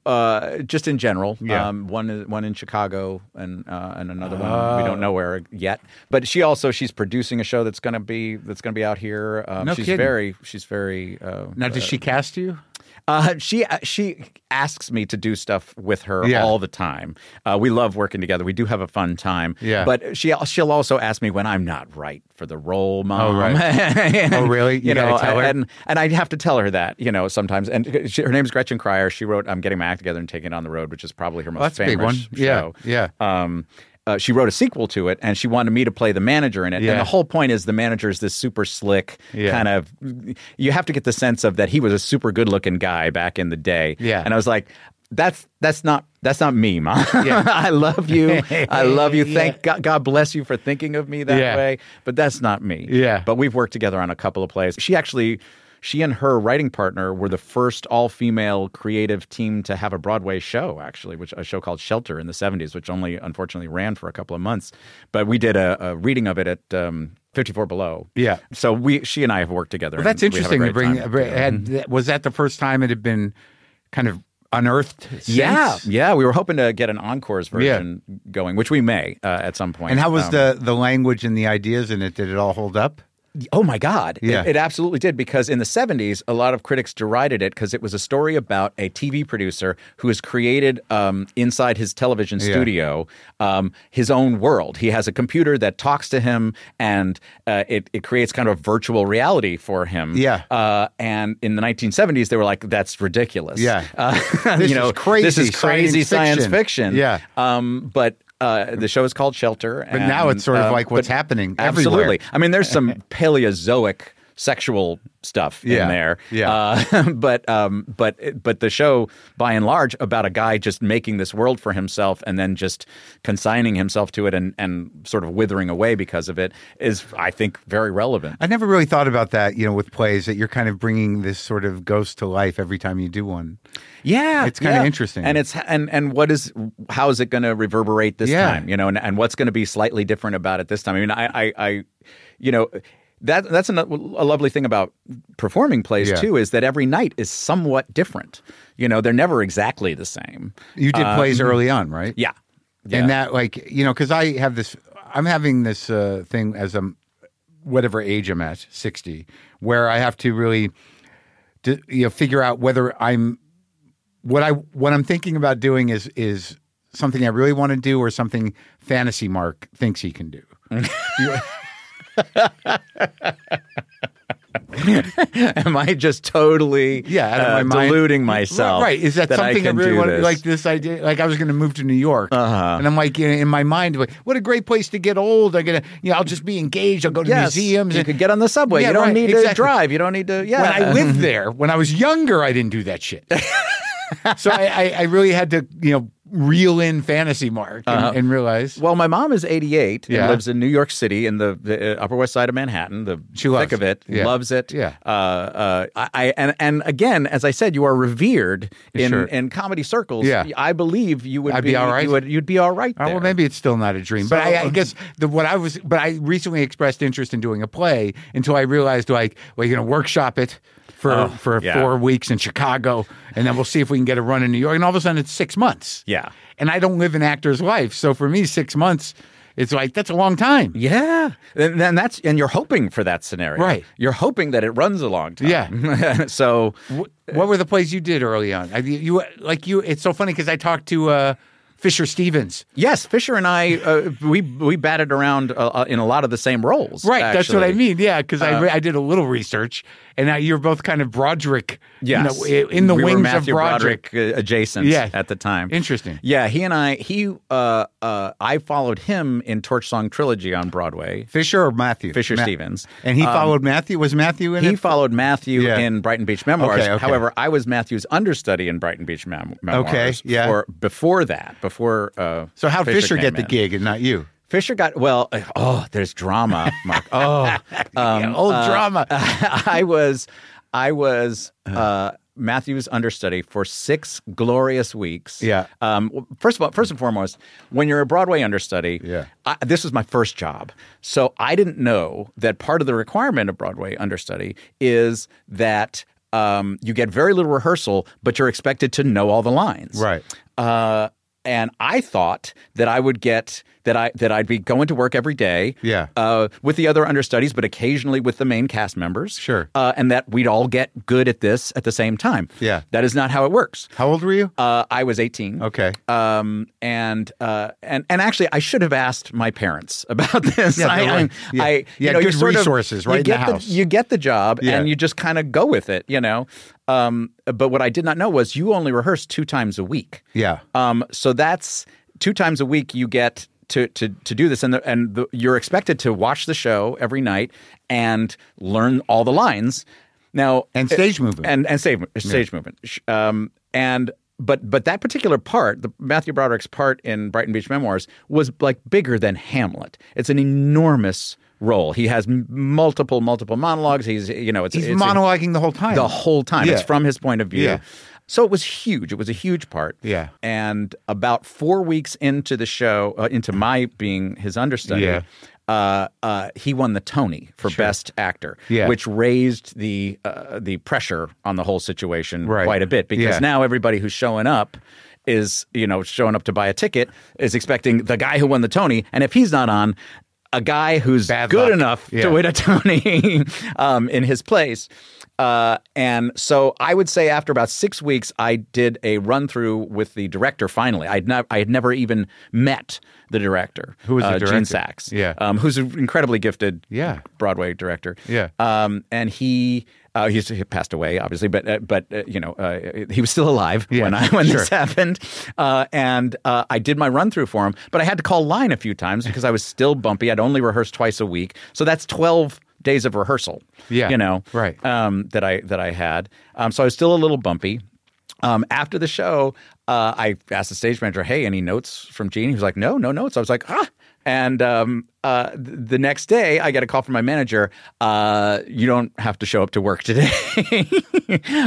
D: uh, just in general.
A: Yeah.
D: Um, one one in Chicago and uh, and another one we don't know where yet. But she also she's producing a show that's gonna be that's gonna be out here. Um,
A: No
D: she's
A: kidding.
D: very she's very. Uh,
A: now does she cast you?
D: uh, she she asks me to do stuff with her
A: Yeah.
D: all the time. Uh, we love working together. We do have a fun time.
A: Yeah.
D: But she she'll also ask me when I'm not right for the role, mom.
A: Oh, right.
D: And,
A: Oh, really? You
D: You, know,
A: gotta tell her?
D: and and I have to tell her that you know sometimes. And uh, she, her name's Gretchen Cryer. She wrote "I'm Getting My Act Together and Taking It on the Road," which is probably her most
A: that's a
D: famous
A: big one. Yeah,
D: show.
A: yeah.
D: Um, uh, she wrote a sequel to it, and she wanted me to play the manager in it.
A: Yeah.
D: And the whole point is the manager is this super slick
A: Yeah.
D: kind of. You have to get the sense of that he was a super good looking guy back in the day.
A: Yeah.
D: and I was like, that's that's not that's not me, mom. I love you. I love you. Thank God, God bless you for thinking of me that
A: Yeah.
D: way. But that's not me.
A: Yeah.
D: but Uh, we've worked together on a couple of plays. She actually. She and her writing partner were the first all-female creative team to have a Broadway show, actually, which a show called Shelter in the '70s, which only unfortunately ran for a couple of months. But we did a, a reading of it at um, 54 Below.
A: Yeah.
D: So we, she and I have worked together.
A: Well, that's
D: and we have a
A: interesting. To
D: great
A: bring
D: time
A: br-
D: together.
A: had, that- was that the first time it had been kind of unearthed?
D: Yeah,
A: since?
D: yeah. We were hoping to get an encores version going, which we may uh, at some point.
A: And how was
D: Um,
A: the the language and the ideas in it? Did it all hold up?
D: Oh my God.
A: Yeah.
D: It, it absolutely did because in the 70s, a lot of critics derided it because it was a story about a TV producer who has created um, inside his television studio um, his own world. He has a computer that talks to him and uh, it, it creates kind of virtual reality for him.
A: Yeah.
D: Uh, and in the 1970s, they were like, that's ridiculous.
A: Yeah.
D: Uh,
A: This
D: you know,
A: is crazy
D: This is
A: science
D: crazy science
A: fiction.
D: fiction.
A: Yeah.
D: Um, but uh, the show is called Shelter.
A: But now it's sort of like what's
D: happening.
A: happening
D: Absolutely.
A: everywhere.
D: I mean, there's some Paleozoic sexual stuff
A: Yeah.
D: in there.
A: Yeah.
D: Uh, but um, but but the show, by and large, about a guy just making this world for himself and then just consigning himself to it and and sort of withering away because of it is, I think, very relevant.
A: I never really thought about that, you know, with plays that you're kind of bringing this sort of ghost to life every time you do one.
D: Yeah,
A: It's kinda
D: yeah.
A: interesting.
D: and it's and and what is how is it going to reverberate this
A: Yeah.
D: time? You know, and, and what's going to be slightly different about it this time? I mean, I, I, I you know, that that's an, a lovely thing about performing plays
A: Yeah.
D: too is that every night is somewhat different. You know, they're never exactly the same.
A: You did plays early on, right?
D: Yeah, yeah.
A: And that, like, you know, because I have this, I'm having this uh, thing as I'm, whatever age I'm at, 60, where I have to really, d you know, figure out whether I'm, what I, what I'm thinking about doing is, is something I really want to do or something fantasy Mark thinks he can do.
D: am I just totally
A: yeah, out of my
D: uh,
A: mind.
D: deluding
A: Right,
D: myself?
A: Right? Is that,
D: I
A: something I,
D: can
A: really
D: do
A: want?
D: this? Uh-huh.
A: Like this idea? Like I was going to move to New York, and I'm like in, in my mind, like, what a great place to get old. I'm gonna, you know, I'll just be engaged. I'll go to
D: Yes,
A: museums.
D: You
A: and-
D: could get on the subway.
A: Yeah,
D: you don't
A: right,
D: need
A: exactly.
D: to drive. You don't need to. Yeah.
A: When I lived there, when I was younger, I didn't do that shit. so I, I, I really had to, you know, reel in fantasy Mark and,
D: Uh-huh.
A: and realize.
D: Well, my mom is 88
A: Yeah.
D: and lives in New York City in the, the uh, Upper West Side of Manhattan. The
A: She
D: thick
A: loves
D: of
A: it.
D: it,
A: Yeah.
D: loves it.
A: Yeah.
D: Uh, uh, I, I and and again, as I said, you are revered in
A: Sure.
D: in comedy circles.
A: Yeah.
D: I believe you would
A: I'd be all right.
D: You would, you'd be all right.
A: Oh, well,
D: there. um,
A: maybe it's still not a dream, but I, I guess the, what I was, but I recently expressed interest in doing a play until I realized, like, well, you're going to workshop it for for
D: Oh, yeah.
A: four weeks in Chicago, and then we'll see if we can get a run in New York. And all of a sudden, it's six months.
D: Yeah.
A: and I don't live an actor's life, so for me, six months, it's like that's a long time.
D: Yeah, and then that's and you're hoping for that scenario,
A: Right.
D: You're hoping that it runs a long time.
A: Yeah.
D: so
A: What were the plays you did early on? I, you like you? It's so funny because I talked to uh, Fisher Stevens.
D: yes, Fisher and I uh, we we batted around uh, uh, in a lot of the same roles.
A: Right, that's what I
D: actually. Uh,
A: mean. Yeah, because I, re- I did a little research, and now you're both kind of Broderick. you know,
D: Yes.
A: i- in the
D: We were
A: wings of
D: Matthew
A: Broderick.
D: uh, adjacent
A: Yeah.
D: at the time.
A: Interesting.
D: Yeah, he and I he uh uh I followed him in Torch Song Trilogy on Broadway.
A: Fisher or Matthew?
D: Fisher
A: Ma-
D: Stevens. Um,
A: And he followed Matthew. Was Matthew in
D: He
A: it?
D: followed Matthew
A: Yeah.
D: in Brighton Beach Memoirs.
A: Okay, okay.
D: However, I was Matthew's understudy in Brighton Beach Mem- Memoirs.
A: Okay, yeah.
D: Or before that, before. Uh,
A: so how Fisher,
D: came
A: get the
D: in.
A: gig and not you?
D: Fisher got well. uh, Oh, there's drama, Mark. Oh,
A: Yeah, old
D: uh,
A: drama.
D: I was, I was uh, Matthew's understudy for six glorious weeks.
A: Yeah.
D: Um, w- first of all, first and foremost, when you're a Broadway understudy,
A: Yeah.
D: I, this was my first job, so I didn't know that part of the requirement of Broadway understudy is that. Um, you get very little rehearsal, but you're expected to know all the lines
A: Right.
D: uh, and I thought that I would get that I that I'd be going to work every day,
A: Yeah.
D: uh, with the other understudies, but occasionally with the main cast members,
A: Sure.
D: uh, and that we'd all get good at this at the same time.
A: Yeah.
D: that is not how it works.
A: How old were you?
D: Uh, I was 18.
A: Okay.
D: Um, and uh, and and actually, I should have asked my parents about this.
A: Yeah,
D: I,
A: no,
D: I,
A: yeah.
D: I-
A: You
D: you
A: had
D: know, you
A: good
D: sort of-
A: resources right
D: you
A: in the
D: get
A: house.
D: You get the job,
A: Yeah.
D: and you just kind of go with it. You know. Um, but what I did not know was you only rehearse two times a week.
A: Yeah.
D: Um, so that's two times a week you get to to to do this, and the, and the, you're expected to watch the show every night and learn all the lines. Now
A: And stage movement.
D: and and stage stage movement. Sh- Um, and but but that particular part, the Matthew Broderick's part in Brighton Beach Memoirs, was like bigger than Hamlet. It's an enormous role. He has m- multiple multiple monologues. He's you know it's
A: He's
D: it's a-
A: monologuing the whole time.
D: the whole time.
A: Yeah.
D: It's from his point of view.
A: Yeah.
D: So it was huge. It was a huge part.
A: Yeah.
D: And about four weeks into the show, uh, into my being his understudy,
A: Yeah.
D: uh, uh, he won the Tony for Best Actor,
A: Yeah.
D: which raised the uh, the pressure on the whole situation
A: Right.
D: quite a bit because
A: Yeah.
D: now everybody who's showing up is you know showing up to buy a ticket is expecting the guy who won the Tony, and if he's not on. a guy who's
A: Bad
D: good
A: luck.
D: enough
A: Yeah.
D: to win a Tony um, in his place. Uh, and so I would say after about six weeks, I did a run through with the director. Finally, I'd not, I had never even met the director, who
A: was the
D: Gene
A: director?
D: Sachs,
A: Yeah.
D: um, who's an incredibly gifted,
A: Yeah.
D: Broadway director,
A: Yeah.
D: Um, and he uh, he's, he passed away, obviously, but uh, but uh, you know uh, he was still alive
A: Yeah,
D: when I when
A: sure.
D: this happened, uh, and uh, I did my run through for him. But I had to call line a few times because I was still bumpy. I'd only rehearsed twice a week, so that's twelve days of rehearsal.
A: Yeah,
D: you know,
A: right.
D: Um, that I that I had. Um, so I was still a little bumpy. Um, after the show, uh, I asked the stage manager, "Hey, any notes from Gene?" He was like, "No, no notes." I was like, "Ah." And um, uh, th- the next day, I get a call from my manager. Uh, you don't have to show up to work today.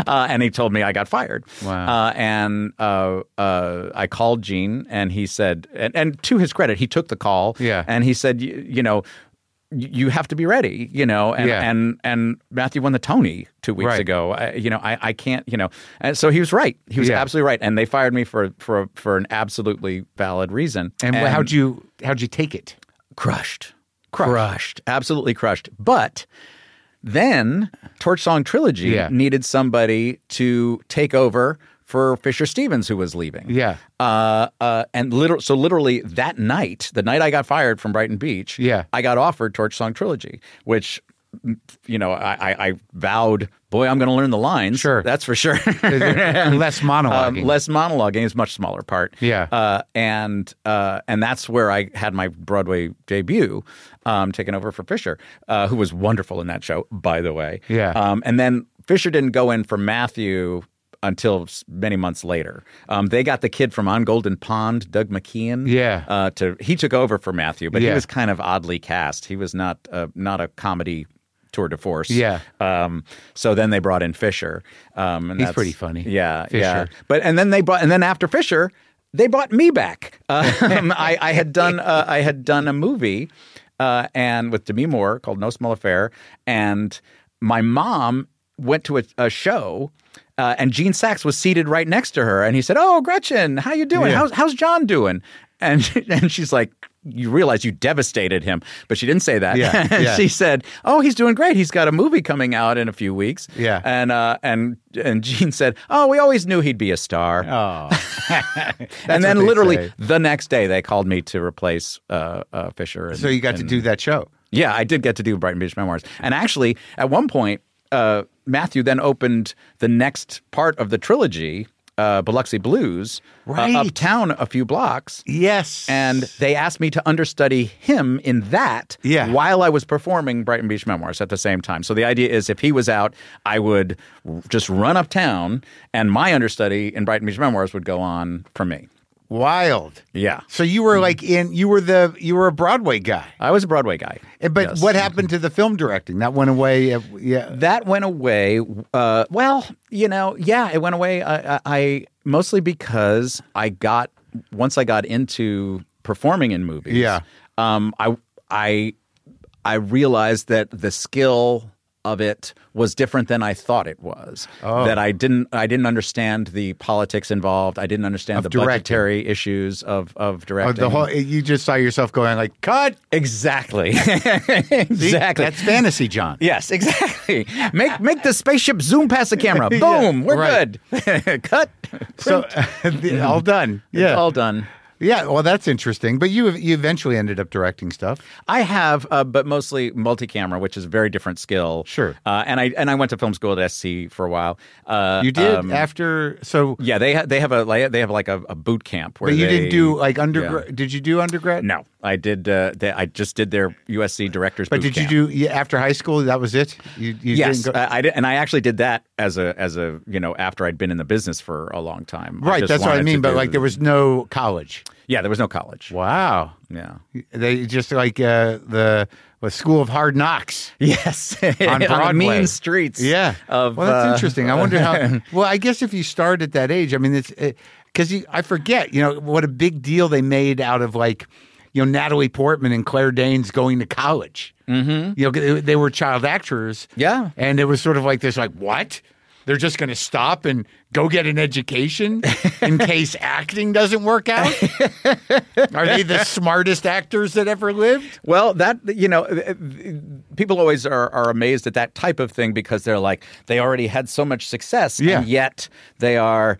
D: uh, and he told me I got fired. Wow. Uh, and uh, uh, I called Gene, and he said, and, and to his credit, he took the call.
A: Yeah.
D: And he said, you, you know, y- you have to be ready. You know, and
A: Yeah.
D: and and Matthew won the Tony two weeks
A: Right.
D: ago. I, you know, I, I can't. You know, and so he was right. He was
A: Yeah.
D: absolutely right, and they fired me for for for an absolutely valid reason.
A: And, wh- how'd you how'd you take it?
D: crushed, crushed, absolutely crushed. But then Torch Song Trilogy
A: Yeah.
D: needed somebody to take over for Fisher Stevens, who was leaving.
A: Yeah.
D: Uh, uh, and liter- so literally that night, the night I got fired from Brighton Beach,
A: Yeah.
D: I got offered Torch Song Trilogy, which, you know, I, I, I vowed, boy, I'm going to learn the lines.
A: Sure.
D: That's for sure.
A: Less monologuing.
D: Um, less monologuing is a much smaller part.
A: Yeah.
D: Uh, and uh, and that's where I had my Broadway debut, um, taken over for Fisher, uh, who was wonderful in that show, by the way.
A: Yeah.
D: Um, and then Fisher didn't go in for Matthew until s- many months later. Um, they got the kid from On Golden Pond, Doug McKeon.
A: Yeah.
D: Uh, to he took over for Matthew, but
A: Yeah.
D: he was kind of oddly cast. He was not uh, not a comedy. Tour de force.
A: Yeah.
D: Um, so then they brought in Fisher. Um, and
A: He's
D: that's-
A: pretty funny.
D: Yeah.
A: Fisher.
D: Yeah. But and then they brought and then after Fisher, they brought me back. Um, I, I had done uh, I had done a movie, uh, and with Demi Moore called No Small Affair, and my mom went to a, a show. Uh, and Gene Sachs was seated right next to her, and he said, "Oh, Gretchen, how you doing? How's how's John doing?" And and she's like, "You realize you devastated him," but she didn't say that.
A: Yeah, yeah.
D: she said, "Oh, he's doing great. He's got a movie coming out in a few weeks."
A: Yeah.
D: and uh, and and Gene said, "Oh, we always knew he'd be a star."
A: Oh.
D: and
A: what
D: then
A: they
D: literally
A: say.
D: the next day, they called me to replace uh, uh, Fisher. And,
A: So you got to
D: and-
A: do that show.
D: Yeah, I did get to do Brighton Beach Memoirs, and actually, at one point, uh, Matthew then opened the next part of the trilogy, uh, Biloxi Blues, uh,
A: Right.
D: uptown a few blocks.
A: Yes.
D: And they asked me to understudy him in that
A: Yeah.
D: while I was performing Brighton Beach Memoirs at the same time. So the idea is if he was out, I would r- just run uptown and my understudy in Brighton Beach Memoirs would go on for me.
A: wild.
D: Yeah.
A: So you were like in you were the you were a Broadway guy.
D: I was a Broadway guy.
A: Eh, But
D: Yes.
A: what happened to the film directing? That went away. eh, Yeah.
D: That went away. Uh, well, you know, yeah, it went away. I, I, I mostly because I got once I got into performing in movies.
A: Yeah.
D: um, I I I realized that the skill of it was different than I thought it was. Oh. That I didn't I didn't understand the politics involved. I didn't understand the
A: directing.
D: budgetary issues of of
A: Oh,
D: directing.
A: the whole eh, you just saw yourself going like cut.
D: exactly, exactly.
A: That's fantasy, John.
D: Yes, exactly. Make make the spaceship zoom past the camera. Boom, we're
A: right.
D: good. Cut.
A: So the- all done. Yeah.
D: all done.
A: yeah. Well, that's interesting. But you you eventually ended up directing stuff.
D: I have, uh, but mostly multi-camera, which is a very different skill.
A: Sure.
D: Uh, and I and I went to film school at SC for a while. Uh,
A: You did
D: um,
A: after. So,
D: yeah, they ha- they have a like, they have like a, a boot camp where
A: but you
D: they-
A: didn't do like
D: yeah.
A: undergrad. Did you do undergrad?
D: No, I did. Uh, they, I just did their USC directors.
A: But did
D: boot camp.
A: you do yeah, after high school? That was it. You, you
D: yes,
A: Didn't go,
D: I, I did, and I actually did that as a as a you know after I'd been in the business for a long time. I
A: right.
D: just
A: That's what I
D: wanted to
A: mean. But
D: do-
A: like, there was no college.
D: yeah, there was no college.
A: Wow.
D: Yeah.
A: They just like uh, the the School of Hard Knocks.
D: Yes,
A: On
D: the
A: Broadway.
D: mean streets.
A: Yeah.
D: of
A: well, that's
D: uh,
A: interesting. I wonder how. well, I guess if you start at that age, I mean, it's because you I forget, you know, what a big deal they made out of like, you know, Natalie Portman and Claire Danes going to college. Mm-hmm. You know, they, they were child actors.
D: Yeah.
A: And it was sort of like this, like, what? they're just going to stop and go get an education in case acting doesn't work out? Are they the smartest actors that ever lived?
D: Well, that you know, people always are, are amazed at that type of thing because they're like they already had so much success,
A: Yeah.
D: and yet they are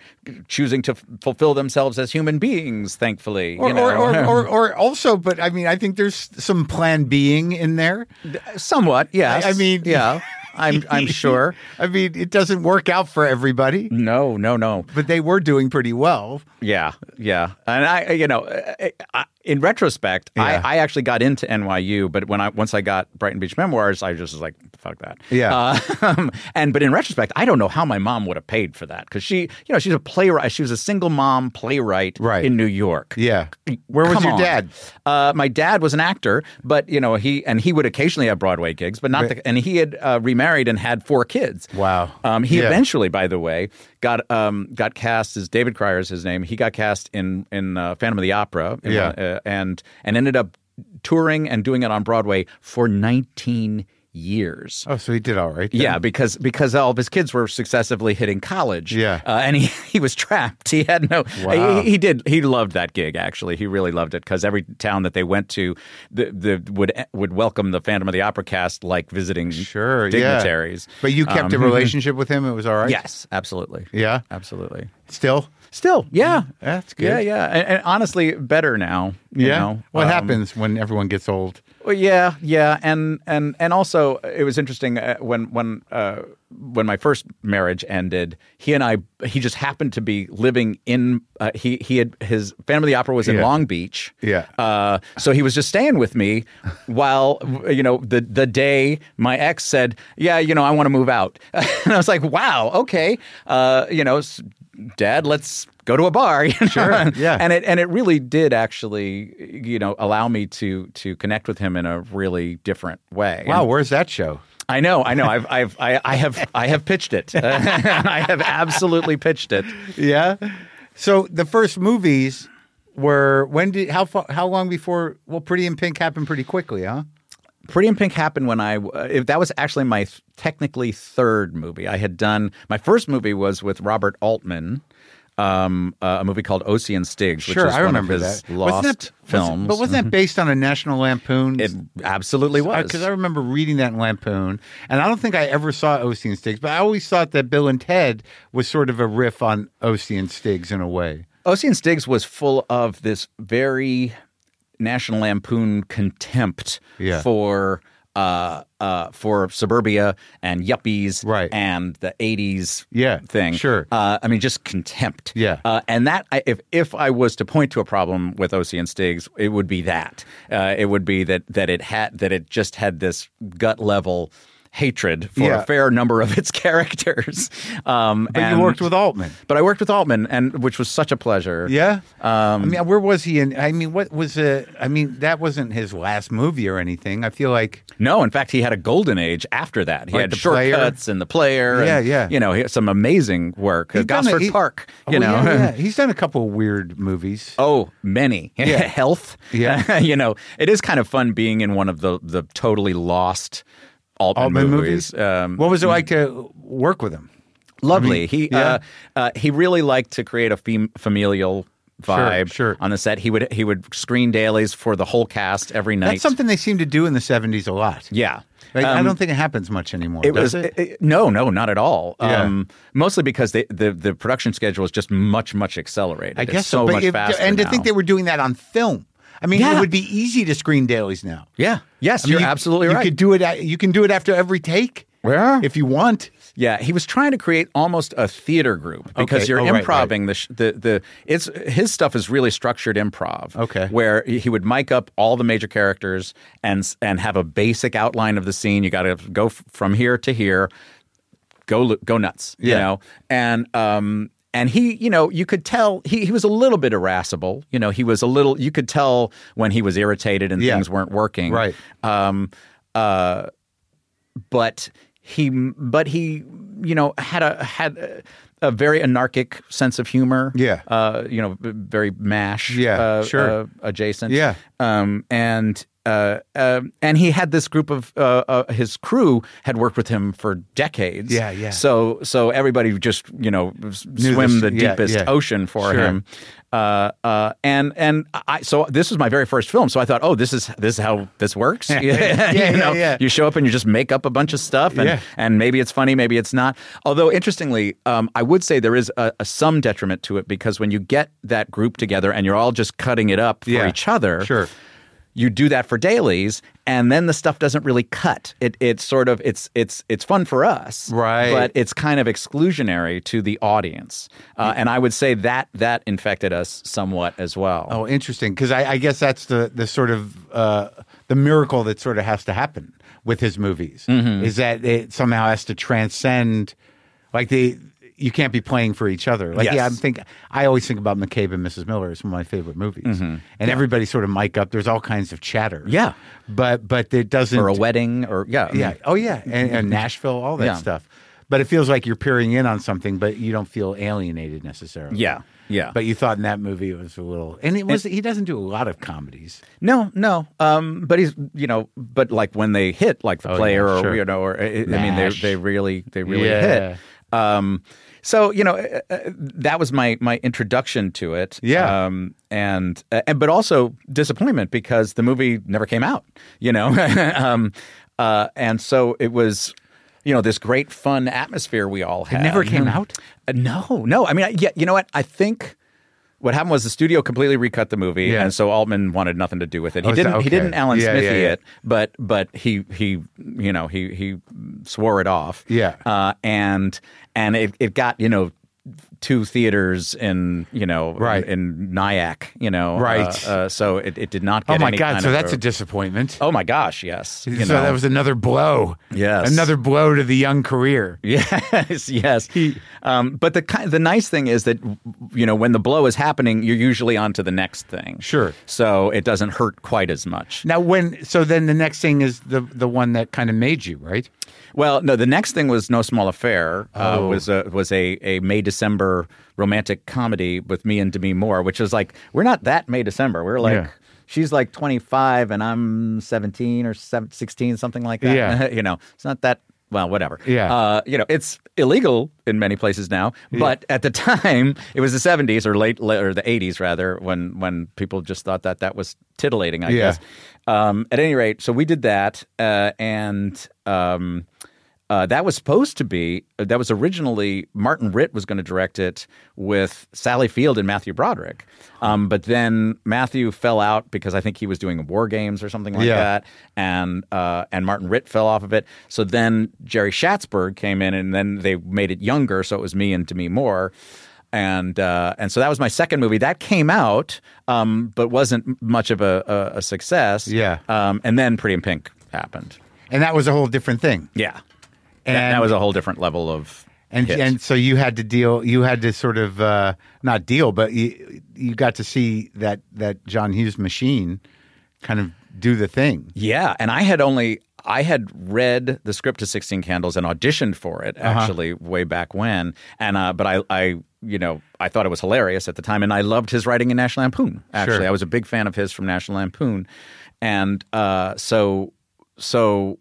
D: choosing to f- fulfill themselves as human beings. Thankfully,
A: Or,
D: you know?
A: or, or, or, or also, but I mean, I think there's some plan being in there.
D: somewhat, yes.
A: I- I mean-
D: yeah, I'm I'm sure.
A: I mean, it doesn't work out for everybody,
D: No, no, no.
A: but they were doing pretty well.
D: Yeah, yeah, and I, you know, I, I, in retrospect,
A: Yeah.
D: I, I actually got into NYU, but when I once I got Brighton Beach Memoirs, I just was like, fuck that.
A: Yeah.
D: Uh, and but in retrospect, I don't know how my mom would have paid for that because she, you know, she's a playwright. She was a single mom playwright
A: Right.
D: in New York.
A: Yeah. Where was
D: Come
A: your
D: on.
A: dad?
D: Uh, my dad was an actor, but you know he and he would occasionally have Broadway gigs, but not. The, and he had uh, remarried and had four kids.
A: Wow.
D: Um, he
A: Yeah.
D: eventually, by the way, got um, got cast as David Cryer is his name. He got cast in in uh, Phantom of the Opera. in
A: Yeah.
D: one- uh, and and ended up touring and doing it on Broadway for 19 years.
A: Oh, so he did all right. then.
D: Yeah, because because all of his kids were successively hitting college.
A: Yeah.
D: uh, and he, he was trapped. He had no.
A: Wow.
D: He, he did. He loved that gig. Actually, he really loved it because every town that they went to, the, the would would welcome the Phantom of the Opera cast like visiting
A: Sure. yeah.
D: dignitaries.
A: But you kept
D: Um,
A: a relationship with him. It was all right.
D: Yes, absolutely.
A: Yeah.
D: absolutely.
A: Still.
D: Still, yeah,
A: That's good.
D: Yeah, yeah, and, and honestly, better now. you
A: Yeah.
D: know?
A: what
D: Um,
A: happens when everyone gets old?
D: Well, yeah, yeah, and and and also it was interesting uh, when when uh, when my first marriage ended. He and I, he just happened to be living in. Uh, he he had his Phantom of the Opera was in
A: Yeah.
D: Long Beach.
A: Yeah.
D: Uh, so he was just staying with me while you know the the day my ex said, "Yeah, you know, I want to move out," and I was like, "Wow, okay, uh, you know, s- Dad, let's." Go to a bar, you know? sure.
A: yeah.
D: and it and it really did actually you know allow me to to connect with him in a really different way
A: Wow,
D: And
A: where's that show?
D: i know i know i've i've i, I have i have pitched it i have absolutely pitched it
A: Yeah. So the first movies were when did how far how long before well Pretty in Pink happened pretty quickly, huh?
D: Pretty in Pink happened when I uh, if that was actually my th- technically third movie. I had done my first movie was with Robert Altman, um, uh, a movie called Ocean Stigs, which is one of his lost
A: wasn't that,
D: films. Mm-hmm.
A: wasn't- but wasn't that based on a National Lampoon?
D: it absolutely was
A: Because I remember reading that in Lampoon, and I don't think I ever saw Ocean Stigs, but I always thought that Bill and Ted was sort of a riff on Ocean Stigs in a way.
D: Ocean Stiggs was full of this very National Lampoon contempt
A: Yeah.
D: for uh, uh, for suburbia and yuppies
A: Right.
D: and the '80s
A: Yeah,
D: thing.
A: sure.
D: uh, I mean just contempt.
A: Yeah.
D: uh, and that I, if if I was to point to a problem with Ocean Stiggs, it would be that uh, it would be that that it had that it just had this gut level hatred for
A: Yeah.
D: a fair number of its characters. Um,
A: But
D: and-
A: you worked with Altman.
D: but I worked with Altman, and which was such a pleasure.
A: Yeah.
D: Um,
A: I mean, where was he in? I mean, what was uh, I mean, that wasn't his last movie or anything. I feel like
D: No, in fact, he had a golden age after that. He
A: Like
D: had
A: The Player.
D: shortcuts and the player.
A: Yeah,
D: and,
A: yeah.
D: You know, he had some amazing work.
A: He's done a-
D: Gosford
A: he-
D: Park. You
A: Oh,
D: know.
A: yeah, yeah. he's done a couple of weird movies.
D: Oh, many health.
A: Yeah.
D: you know, it is kind of fun being in one of the the totally lost Altman,
A: Altman
D: movies. Um, hmm.
A: movies? what was it like to work with him?
D: Lovely. he
A: yeah.
D: uh, uh, he really liked to create a fam- familial vibe
A: sure.
D: on the set. He would he would screen dailies for the whole cast every night.
A: That's something they seem to do in the '70s a lot.
D: Yeah.
A: Like, I
D: Um,
A: don't think it happens much anymore.
D: It
A: does
D: was
A: it?
D: it- it- no, no, not at all.
A: Yeah.
D: Um, mostly because they, the the production schedule is just much much accelerated.
A: I
D: It's
A: guess
D: so
A: But
D: much
A: if-
D: faster.
A: and to
D: now.
A: think they were doing that on film. I mean, it
D: Yeah.
A: would be easy to screen dailies now.
D: yeah, yes,
A: I mean,
D: you're
A: you-
D: absolutely
A: you
D: right.
A: Could do it. at- You can do it after every take.
D: Yeah.
A: if you want.
D: Yeah, he was trying to create almost a theater group because
A: Okay.
D: you're
A: Oh, right,
D: improving the sh the the it's his stuff is really structured improv.
A: Okay.
D: where he would mic up all the major characters and s- and have a basic outline of the scene. You got to go f- from here to here, go lo- go nuts, you
A: Yeah.
D: know. And um and he, you know, you could tell he he was a little bit irascible. You know, he was a little. You could tell when he was irritated and
A: Yeah.
D: things weren't working.
A: Right.
D: Um, uh, but he but he you know had a had a, a very anarchic sense of humor
A: Yeah.
D: uh you know v- very mash
A: Yeah,
D: uh,
A: sure.
D: uh, adjacent
A: Yeah.
D: um and uh, um, and he had this group of uh, uh, his crew had worked with him for decades.
A: Yeah, yeah.
D: So so everybody just you know s-
A: Knew
D: swim
A: this-
D: the
A: yeah,
D: deepest
A: yeah.
D: ocean for
A: Sure.
D: him. Uh, uh, and and I so this was my very first film. So I thought, oh, this is this is how this works. yeah,
A: yeah,
D: you know,
A: yeah.
D: you show up and you just make up a bunch of stuff, and
A: Yeah.
D: and maybe it's funny, maybe it's not. Although interestingly, um, I would say there is a, a some detriment to it because when you get that group together and you're all just cutting it up for
A: Yeah.
D: each other,
A: Sure.
D: you do that for dailies and then the stuff doesn't really cut it it's sort of it's it's it's fun for us
A: Right.
D: but it's kind of exclusionary to the audience uh, and i would say that that infected us somewhat as well
A: Oh, interesting. Because I, I guess that's the the sort of uh, the miracle that sort of has to happen with his movies
D: Mm-hmm.
A: is that it somehow has to transcend, like the. You can't be playing for each other. Like,
D: Yes.
A: yeah, I'm think I always think about McCabe and Mrs. Miller. It's one of my favorite movies, and everybody sort of mic up. There's all kinds of chatter.
D: Mm-hmm. Yeah.
A: but but it doesn't
D: or a wedding or yeah I mean,
A: yeah. Oh yeah, and, and Nashville, all that
D: Yeah.
A: stuff. But it feels like you're peering in on something, but you don't feel alienated necessarily.
D: Yeah. Yeah.
A: But you thought in that movie it was a little, and it was. he doesn't do a lot of comedies.
D: No, no. Um, but he's you know, but like when they hit, like the
A: Oh, yeah,
D: player or
A: sure.
D: you know, or I- I mean, they
A: Mash.
D: they really they really
A: Yeah.
D: hit. Um, so you know, uh, uh, that was my my introduction to it.
A: Yeah.
D: Um, and uh, and but also disappointment because the movie never came out. You know, um, uh, and so it was. You know this great fun atmosphere we all had.
A: never came out?
D: Uh, no, no. I mean, I, yeah. You know what? I think what happened was the studio completely recut the movie,
A: Yeah.
D: and so Altman wanted nothing to do with it. He
A: Oh, is
D: didn't.
A: that-
D: He didn't
A: okay.
D: Alan
A: Yeah,
D: Smithy
A: yeah, yeah.
D: it, but but he he you know he he swore it off.
A: Yeah.
D: uh, and and it it got you know two theaters in you know
A: Right.
D: in, Nyack you know
A: Right.
D: uh, uh, so it, it did not get
A: Oh my
D: any
A: God!
D: kind
A: So
D: of
A: that's
D: a-
A: a disappointment.
D: oh my gosh yes you
A: so
D: know.
A: that was another blow.
D: Yes.
A: another blow to the young career.
D: Yes, yes. um, but the ki- the nice thing is that you know when the blow is happening, you're usually on to the next thing.
A: Sure.
D: So it doesn't hurt quite as much.
A: Now, when so then the next thing is the the one that kind of made you right.
D: Well, no, the next thing was No Small Affair. Uh,
A: Oh.
D: Was a was a, a May December romantic comedy with me and Demi Moore, which is like we're not that May December. We're like.
A: Yeah.
D: She's like 25 and I'm 17 or 7, 16, something like that.
A: Yeah.
D: you know, it's not that, well, whatever.
A: Yeah.
D: Uh, you know, it's illegal in many places now, but at the time, it was the 70s or late, or the 80s rather, when, when people just thought that that was titillating, I
A: Yeah.
D: guess. Um, at any rate, so we did that, uh, and um, uh, that was supposed to be uh, that was originally Martin Ritt was going to direct it with Sally Field and Matthew Broderick, um, but then Matthew fell out because I think he was doing War Games or something like
A: Yeah.
D: that, and uh, and Martin Ritt fell off of it. So then Jerry Schatzberg came in, and then they made it younger, so it was me and Demi Moore and uh, and so that was my second movie that came out, um, but wasn't m- much of a, a, a success.
A: Yeah.
D: Um, and then Pretty in Pink happened.
A: And that was a whole different thing.
D: Yeah. And that,
A: And-
D: that was a whole different level of
A: and
D: hit.
A: and so you had to deal you had to sort of uh, not deal but you you got to see that that John Hughes machine kind of do the thing
D: Yeah, and I had only I had read the script to Sixteen Candles and auditioned for it actually way back when, and uh, but I I you know I thought it was hilarious at the time, and I loved his writing in National Lampoon. Actually,
A: Sure.
D: I was a big fan of his from National Lampoon, and uh, so so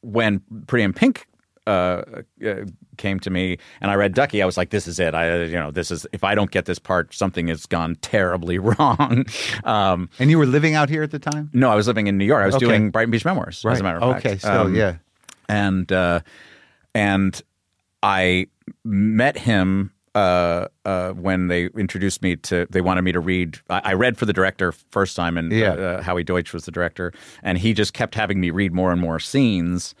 D: when Pretty in Pink. Uh, uh, came to me and I read Ducky. I was like, "This is it. I, you know, this is. If I don't get this part, something has gone terribly wrong." Um,
A: and you were living out here at the time
D: no, I was living in New York. I was
A: Okay.
D: doing Brighton Beach Memoirs, as a matter of fact.
A: okay so
D: Um,
A: yeah
D: and uh, and I met him uh, uh, when they introduced me to. They wanted me to read. I, I read for the director first time, and
A: Yeah.
D: uh, uh, Howie Deutsch was the director, and he just kept having me read more and more scenes.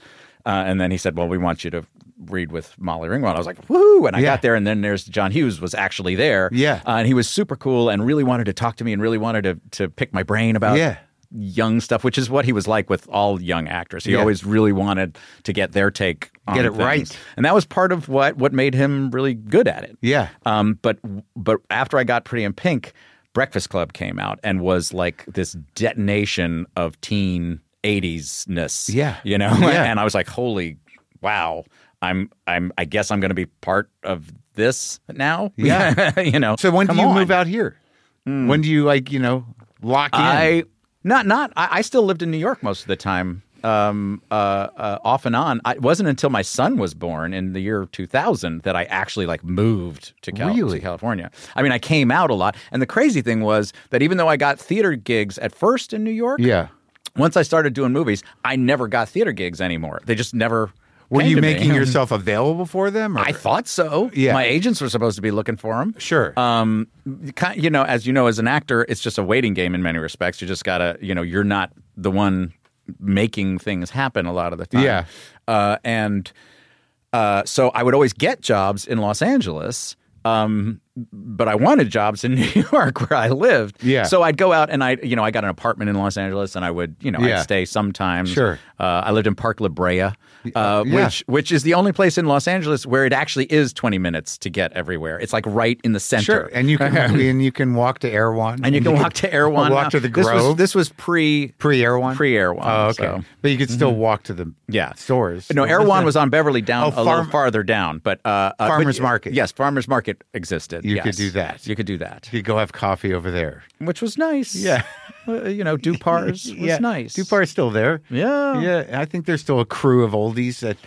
D: Uh, and then he said, "Well, we want you to read with Molly Ringwald." I was like, "Woo!" And I
A: Yeah.
D: got there, and then there's John Hughes was actually there,
A: Yeah.
D: uh, and he was super cool and really wanted to talk to me and really wanted to to pick my brain about
A: Yeah.
D: young stuff, which is what he was like with all young actors. He
A: Yeah.
D: always really wanted to get their take, on
A: Get it
D: things.
A: right.
D: and that was part of what what made him really good at it.
A: Yeah.
D: Um. But but after I got Pretty in Pink, Breakfast Club came out and was like this detonation of teen '80s ness.
A: Yeah.
D: You know.
A: Yeah.
D: And I was like, holy wow. I'm I'm I guess I'm going to be part of this now.
A: Yeah.
D: you know.
A: so when do
D: Come
A: you
D: on. Hmm.
A: move out here when do you like you know lock in
D: I Not not. I, I still lived in New York most of the time, um, uh, uh, off and on. I, it wasn't until my son was born in the year 2000 that I actually like moved to, Cal-
A: Really?
D: to California. I mean, I came out a lot, and the crazy thing was that even though I got theater gigs at first in New York,
A: Yeah.
D: Once I started doing movies, I never got theater gigs anymore. They just never.
A: Were
D: came
A: you
D: to me.
A: making yourself available for them? Or?
D: I thought so.
A: Yeah.
D: my agents were supposed to be looking for them.
A: Sure.
D: Um, ki- you know, as you know, as an actor, it's just a waiting game in many respects. You just gotta, you know, you're not the one making things happen a lot of the time.
A: Yeah.
D: Uh, and uh, so I would always get jobs in Los Angeles. Um, but I wanted jobs in New York where I lived.
A: Yeah.
D: So I'd go out and I, you know, I got an apartment in Los Angeles and I would, you know,
A: Yeah.
D: I'd stay sometimes.
A: Sure.
D: Uh, I lived in Park La Brea, uh,
A: yeah.
D: which which is the only place in Los Angeles where it actually is 20 minutes to get everywhere. It's like right in the center.
A: sure. And you can and you can walk to Erewhon.
D: And you can walk to Erewhon.
A: Walk
D: now.
A: to the
D: This was,
A: Grove.
D: this was pre
A: pre Erewhon.
D: pre Erewhon.
A: Oh, okay.
D: so- Mm-hmm.
A: But you could still walk to the
D: Yeah.
A: stores.
D: No, Erewhon was on Beverly down
A: Oh,
D: a little
A: farm-
D: farther down, but uh, uh,
A: Farmer's
D: but-
A: Market.
D: Yes, farmers market existed.
A: You
D: yes.
A: could do that.
D: You could do that,
A: You could go have coffee over there.
D: which was nice.
A: Yeah.
D: Uh, you know, Dupar's was nice.
A: Dupar's still there.
D: Yeah.
A: Yeah. I think there's still a crew of oldies that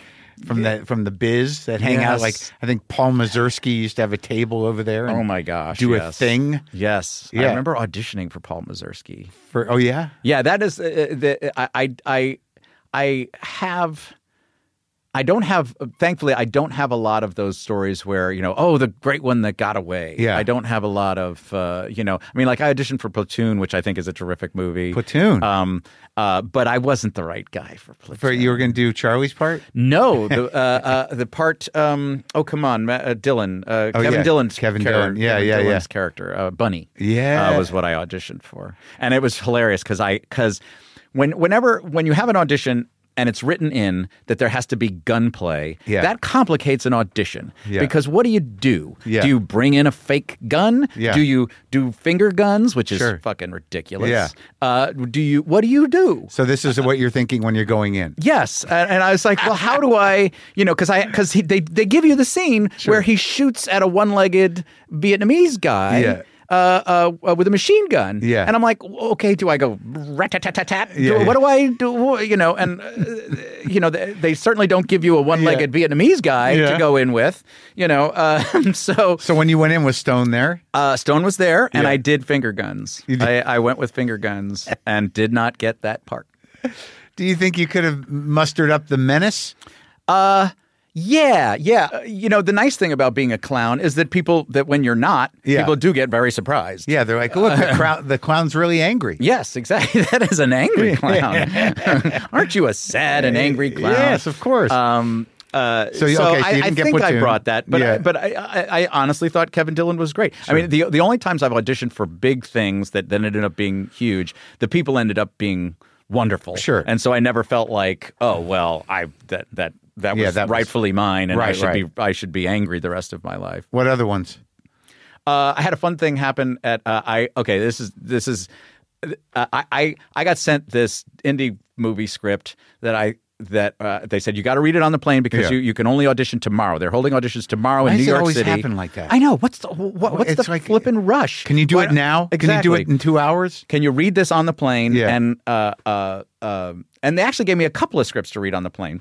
A: from the from the biz that hang out. Like
D: Yes.
A: I think Paul Mazursky used to have a table over there. and
D: Oh my gosh!
A: Do a
D: yes.
A: thing
D: Yes, I
A: Yeah.
D: remember auditioning for Paul Mazursky.
A: for. Oh yeah.
D: Yeah, that is uh, uh, the I I I I have. I don't have, thankfully, I don't have a lot of those stories where you know, oh, the great one that got away.
A: Yeah.
D: I don't have a lot of, uh, you know, I mean, like I auditioned for Platoon, which I think is a terrific movie.
A: Platoon.
D: Um, uh, but I wasn't the right guy for Platoon.
A: For you were going to do Charlie's part.
D: No, the uh, uh, the part. Um, oh, come on, Ma- uh, Dylan. Uh,
A: Oh,
D: Kevin
A: yeah.
D: Dylan's
A: Kevin
D: character.
A: Dillon. Yeah,
D: Kevin
A: yeah, yeah.
D: Dillon's character, uh, Bunny.
A: Yeah.
D: uh, was what I auditioned for, and it was hilarious because I because when whenever when you have an audition. And it's written in that there has to be gunplay.
A: Yeah.
D: That complicates an audition
A: Yeah.
D: because what do you do?
A: Yeah.
D: Do you bring in a fake gun?
A: Yeah.
D: Do you do finger guns, which is
A: Sure.
D: fucking ridiculous?
A: Yeah.
D: Uh, do you? What do you do?
A: So this is what you're thinking when you're going in.
D: Yes, and, and I was like, well, how do I, you know, because I because they they give you the scene where he shoots at a one-legged Vietnamese guy.
A: Yeah.
D: Uh, uh, uh, with a machine gun.
A: Yeah.
D: And I'm like, okay, do I go rat tat tat tat?
A: Yeah, yeah.
D: What do I do? You know, and, uh, you know, they, they certainly don't give you a one legged Vietnamese guy
A: Yeah.
D: to go in with, you know. Uh, so
A: So when you went in, was Stone there?
D: uh, Stone was there and
A: Yeah.
D: I did finger guns.
A: You did.
D: I, I went with finger guns and did not get that part.
A: Do you think you could have mustered up the menace?
D: Yeah, yeah. Uh, You know, the nice thing about being a clown is that people that when you're not,
A: Yeah.
D: people do get very surprised.
A: Yeah, they're like, look, the, crowd, the clown's really angry.
D: Yes, exactly. That is an angry clown. Aren't you a sad and angry clown?
A: Yes, of course.
D: Um, uh,
A: So
D: so
A: you- okay, so
D: I,
A: you
D: I
A: didn't get
D: think I
A: Platoon.
D: brought that, but
A: Yeah.
D: I, but I, I, I honestly thought Kevin Dillon was great. I mean, the the only times I've auditioned for big things that then ended up being huge, the people ended up being wonderful.
A: Sure.
D: and so I never felt like, oh well, I that that that was
A: Yeah, that was-
D: rightfully mine, and I
A: Right,
D: should
A: right.
D: be I should be angry the rest of my life.
A: what other ones?
D: Uh, I had a fun thing happen at uh, I. Okay, this is this is. Uh, I, I I got sent this indie movie script that I that uh, they said you got to read it on the plane because
A: Yeah.
D: you, you can only audition tomorrow. They're holding auditions tomorrow in
A: Why
D: New
A: does it
D: York
A: always
D: City.
A: happen like that?
D: I know. What's the what, what's
A: It's
D: the
A: like-
D: flipping rush?
A: Can you do
D: Why-
A: it now?
D: Exactly
A: Can you do it in two hours?
D: can you read this on the plane?
A: Yeah.
D: And uh, uh, um and they actually gave me a couple of scripts to read on the plane.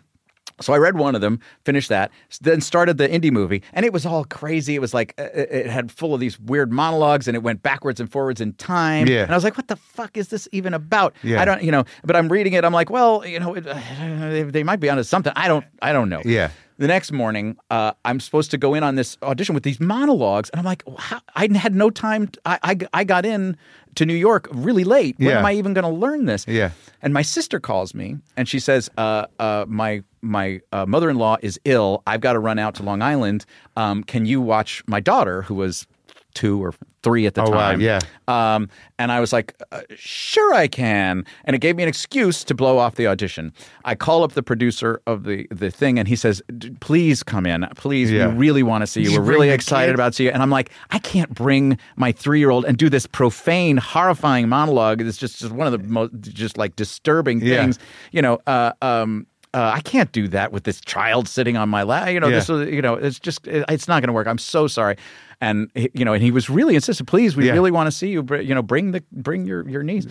D: So I read one of them, finished that, s- then started the indie movie, and it was all crazy. It was like uh, it it had full of these weird monologues, and it went backwards and forwards in time.
A: Yeah.
D: And I was like, "What the fuck is this even about?"
A: Yeah.
D: I don't, you know. But I'm reading it. I'm like, "Well, you know, it, they, they might be onto something." I don't, I don't know.
A: Yeah.
D: The next morning, uh, I'm supposed to go in on this audition with these monologues, and I'm like, how? I had no time. t- I, I I got in to New York really late. When
A: Yeah.
D: am I even going to learn this?
A: Yeah.
D: And my sister calls me, and she says, uh, uh, "My my uh, mother-in-law is ill. I've got to run out to Long Island. Um, can you watch my daughter, who was two or three at the
A: Oh, wow,
D: time?
A: yeah.
D: Um, and I was like, uh, sure I can. And it gave me an excuse to blow off the audition. I call up the producer of the, the thing and he says, D- please come in. Please,
A: Yeah.
D: we really want to see you.
A: Just
D: We're
A: bring
D: really
A: the
D: excited
A: kid."
D: about seeing you. And I'm like, I can't bring my three year old and do this profane, horrifying monologue. It's just, just one of the most just like disturbing
A: Yeah.
D: things, you know, uh, um, uh, I can't do that with this child sitting on my lap. You know,
A: Yeah.
D: this was, you know, it's just, it- it's not going to work. I'm so sorry. And he- you know, and he was really insistent. Please, we
A: Yeah.
D: really want to see you. Br- You know, bring the bring your your niece.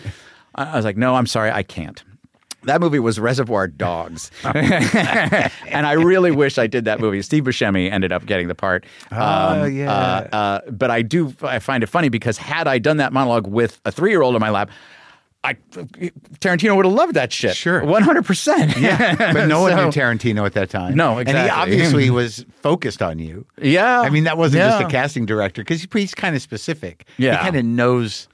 D: I I was like, no, I'm sorry, I can't. That movie was Reservoir Dogs, and I really wish I did that movie. Steve Buscemi ended up getting the part.
A: Oh, yeah.
D: uh, uh, but I do, I find it funny because had I done that monologue with a three-year-old in my lap, I Tarantino would have loved that shit.
A: Sure.
D: one hundred percent. Yeah,
A: But no one knew Tarantino at that time.
D: No,
A: And
D: exactly.
A: he obviously was focused on you.
D: Yeah.
A: I mean, that wasn't just
D: Yeah.
A: a casting director because he's kind of specific.
D: Yeah.
A: He kind of knows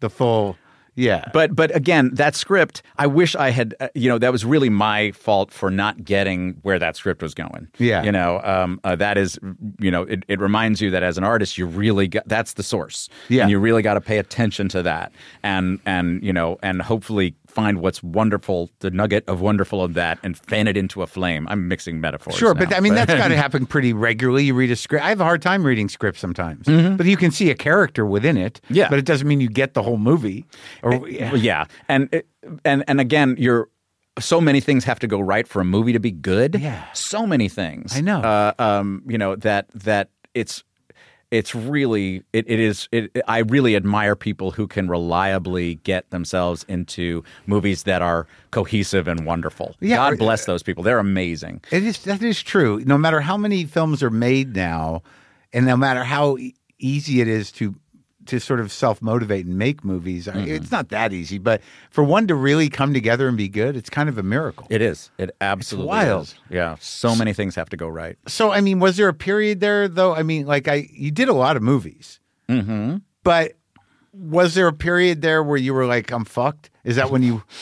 A: the full. Yeah.
D: But but again, that script, I wish I had. Uh, you know, that was really my fault for not getting where that script was going.
A: Yeah.
D: You know, um, uh, that is, you know, it, it reminds you that as an artist, you really got that's the source.
A: Yeah.
D: And you really got to pay attention to that, and and you know, and hopefully find what's wonderful, the nugget of wonderful of that, and fan it into a flame. I'm mixing metaphors.
A: Sure, but
D: now,
A: I mean that's got to happen pretty regularly. You read a script. I have a hard time reading scripts sometimes, but you can see a character within it.
D: Yeah.
A: but it doesn't mean you get the whole movie. Or
D: Well, yeah, and it- and and again, you're so many things have to go right for a movie to be good.
A: Yeah.
D: so many things.
A: I know.
D: Uh, um, you know that that it's it's really it, it is it, it- I really admire people who can reliably get themselves into movies that are cohesive and wonderful.
A: Yeah,
D: God
A: or-
D: bless those people. They're amazing.
A: It is that is true. No matter how many films are made now, and no matter how e- easy it is to to sort of self motivate and make movies, I- it's not that easy. But for one to really come together and be good, it's kind of a miracle.
D: It is. It absolutely
A: wild.
D: is. Yeah, so many things have to go right.
A: so I mean, was there a period there though? I mean, like I you did a lot of movies, mm-hmm. but was there a period there where you were like, I'm fucked? Is that when you?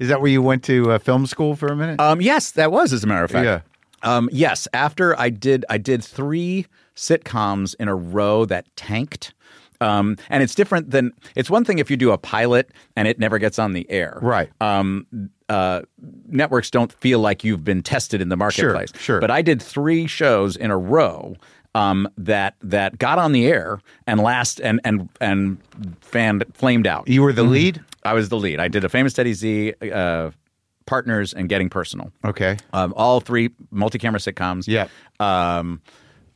A: Is that where you went to uh, film school for a minute?
D: Um, yes, that was as a matter of fact.
A: Yeah.
D: Um, yes, after I did, I did three sitcoms in a row that tanked. Um, and it's different than it's one thing if you do a pilot and it never gets on the air,
A: Right.
D: Um, uh, networks don't feel like you've been tested in the marketplace,
A: sure.
D: But I did three shows in a row um, that that got on the air and last and and and fanned flamed out. Mm-hmm.
A: you were the lead.
D: I was the lead. I did a famous Teddy Z, uh, partners, and getting personal.
A: Okay.
D: Um, all three multi-camera sitcoms.
A: Yeah.
D: Um,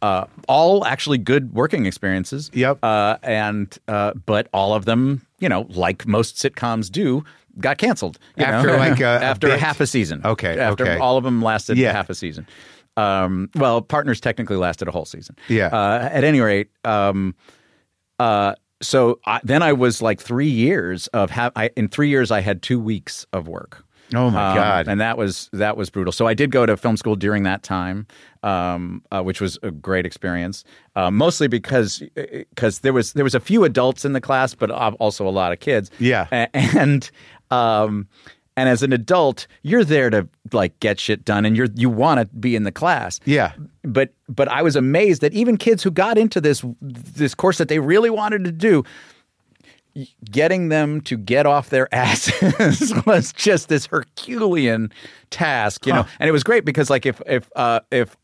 D: uh, all actually good working experiences.
A: Yep.
D: Uh, and uh, but all of them, you know, like most sitcoms do, got canceled you
A: After,
D: know?
A: like, a- a
D: after
A: bit?
D: half a season.
A: Okay,
D: After
A: okay.
D: all of them lasted
A: Yeah.
D: half a season. Um, well, partners technically lasted a whole season.
A: Yeah.
D: Uh, at any rate, um, uh, so I, then I was like three years of ha- I, in three years I had two weeks of work. Um,
A: Oh, my God.
D: And that was that was brutal. So I did go to film school during that time, um, uh, which was a great experience. Uh, mostly because because there was there was a few adults in the class, but uh, also a lot of kids.
A: Yeah.
D: A- and um, and as an adult, you're there to like get shit done, and you're you want to be in the class
A: Yeah.
D: but but I was amazed that even kids who got into this this course that they really wanted to do getting them to get off their asses was just this herculean task you know and it was great because like if if uh if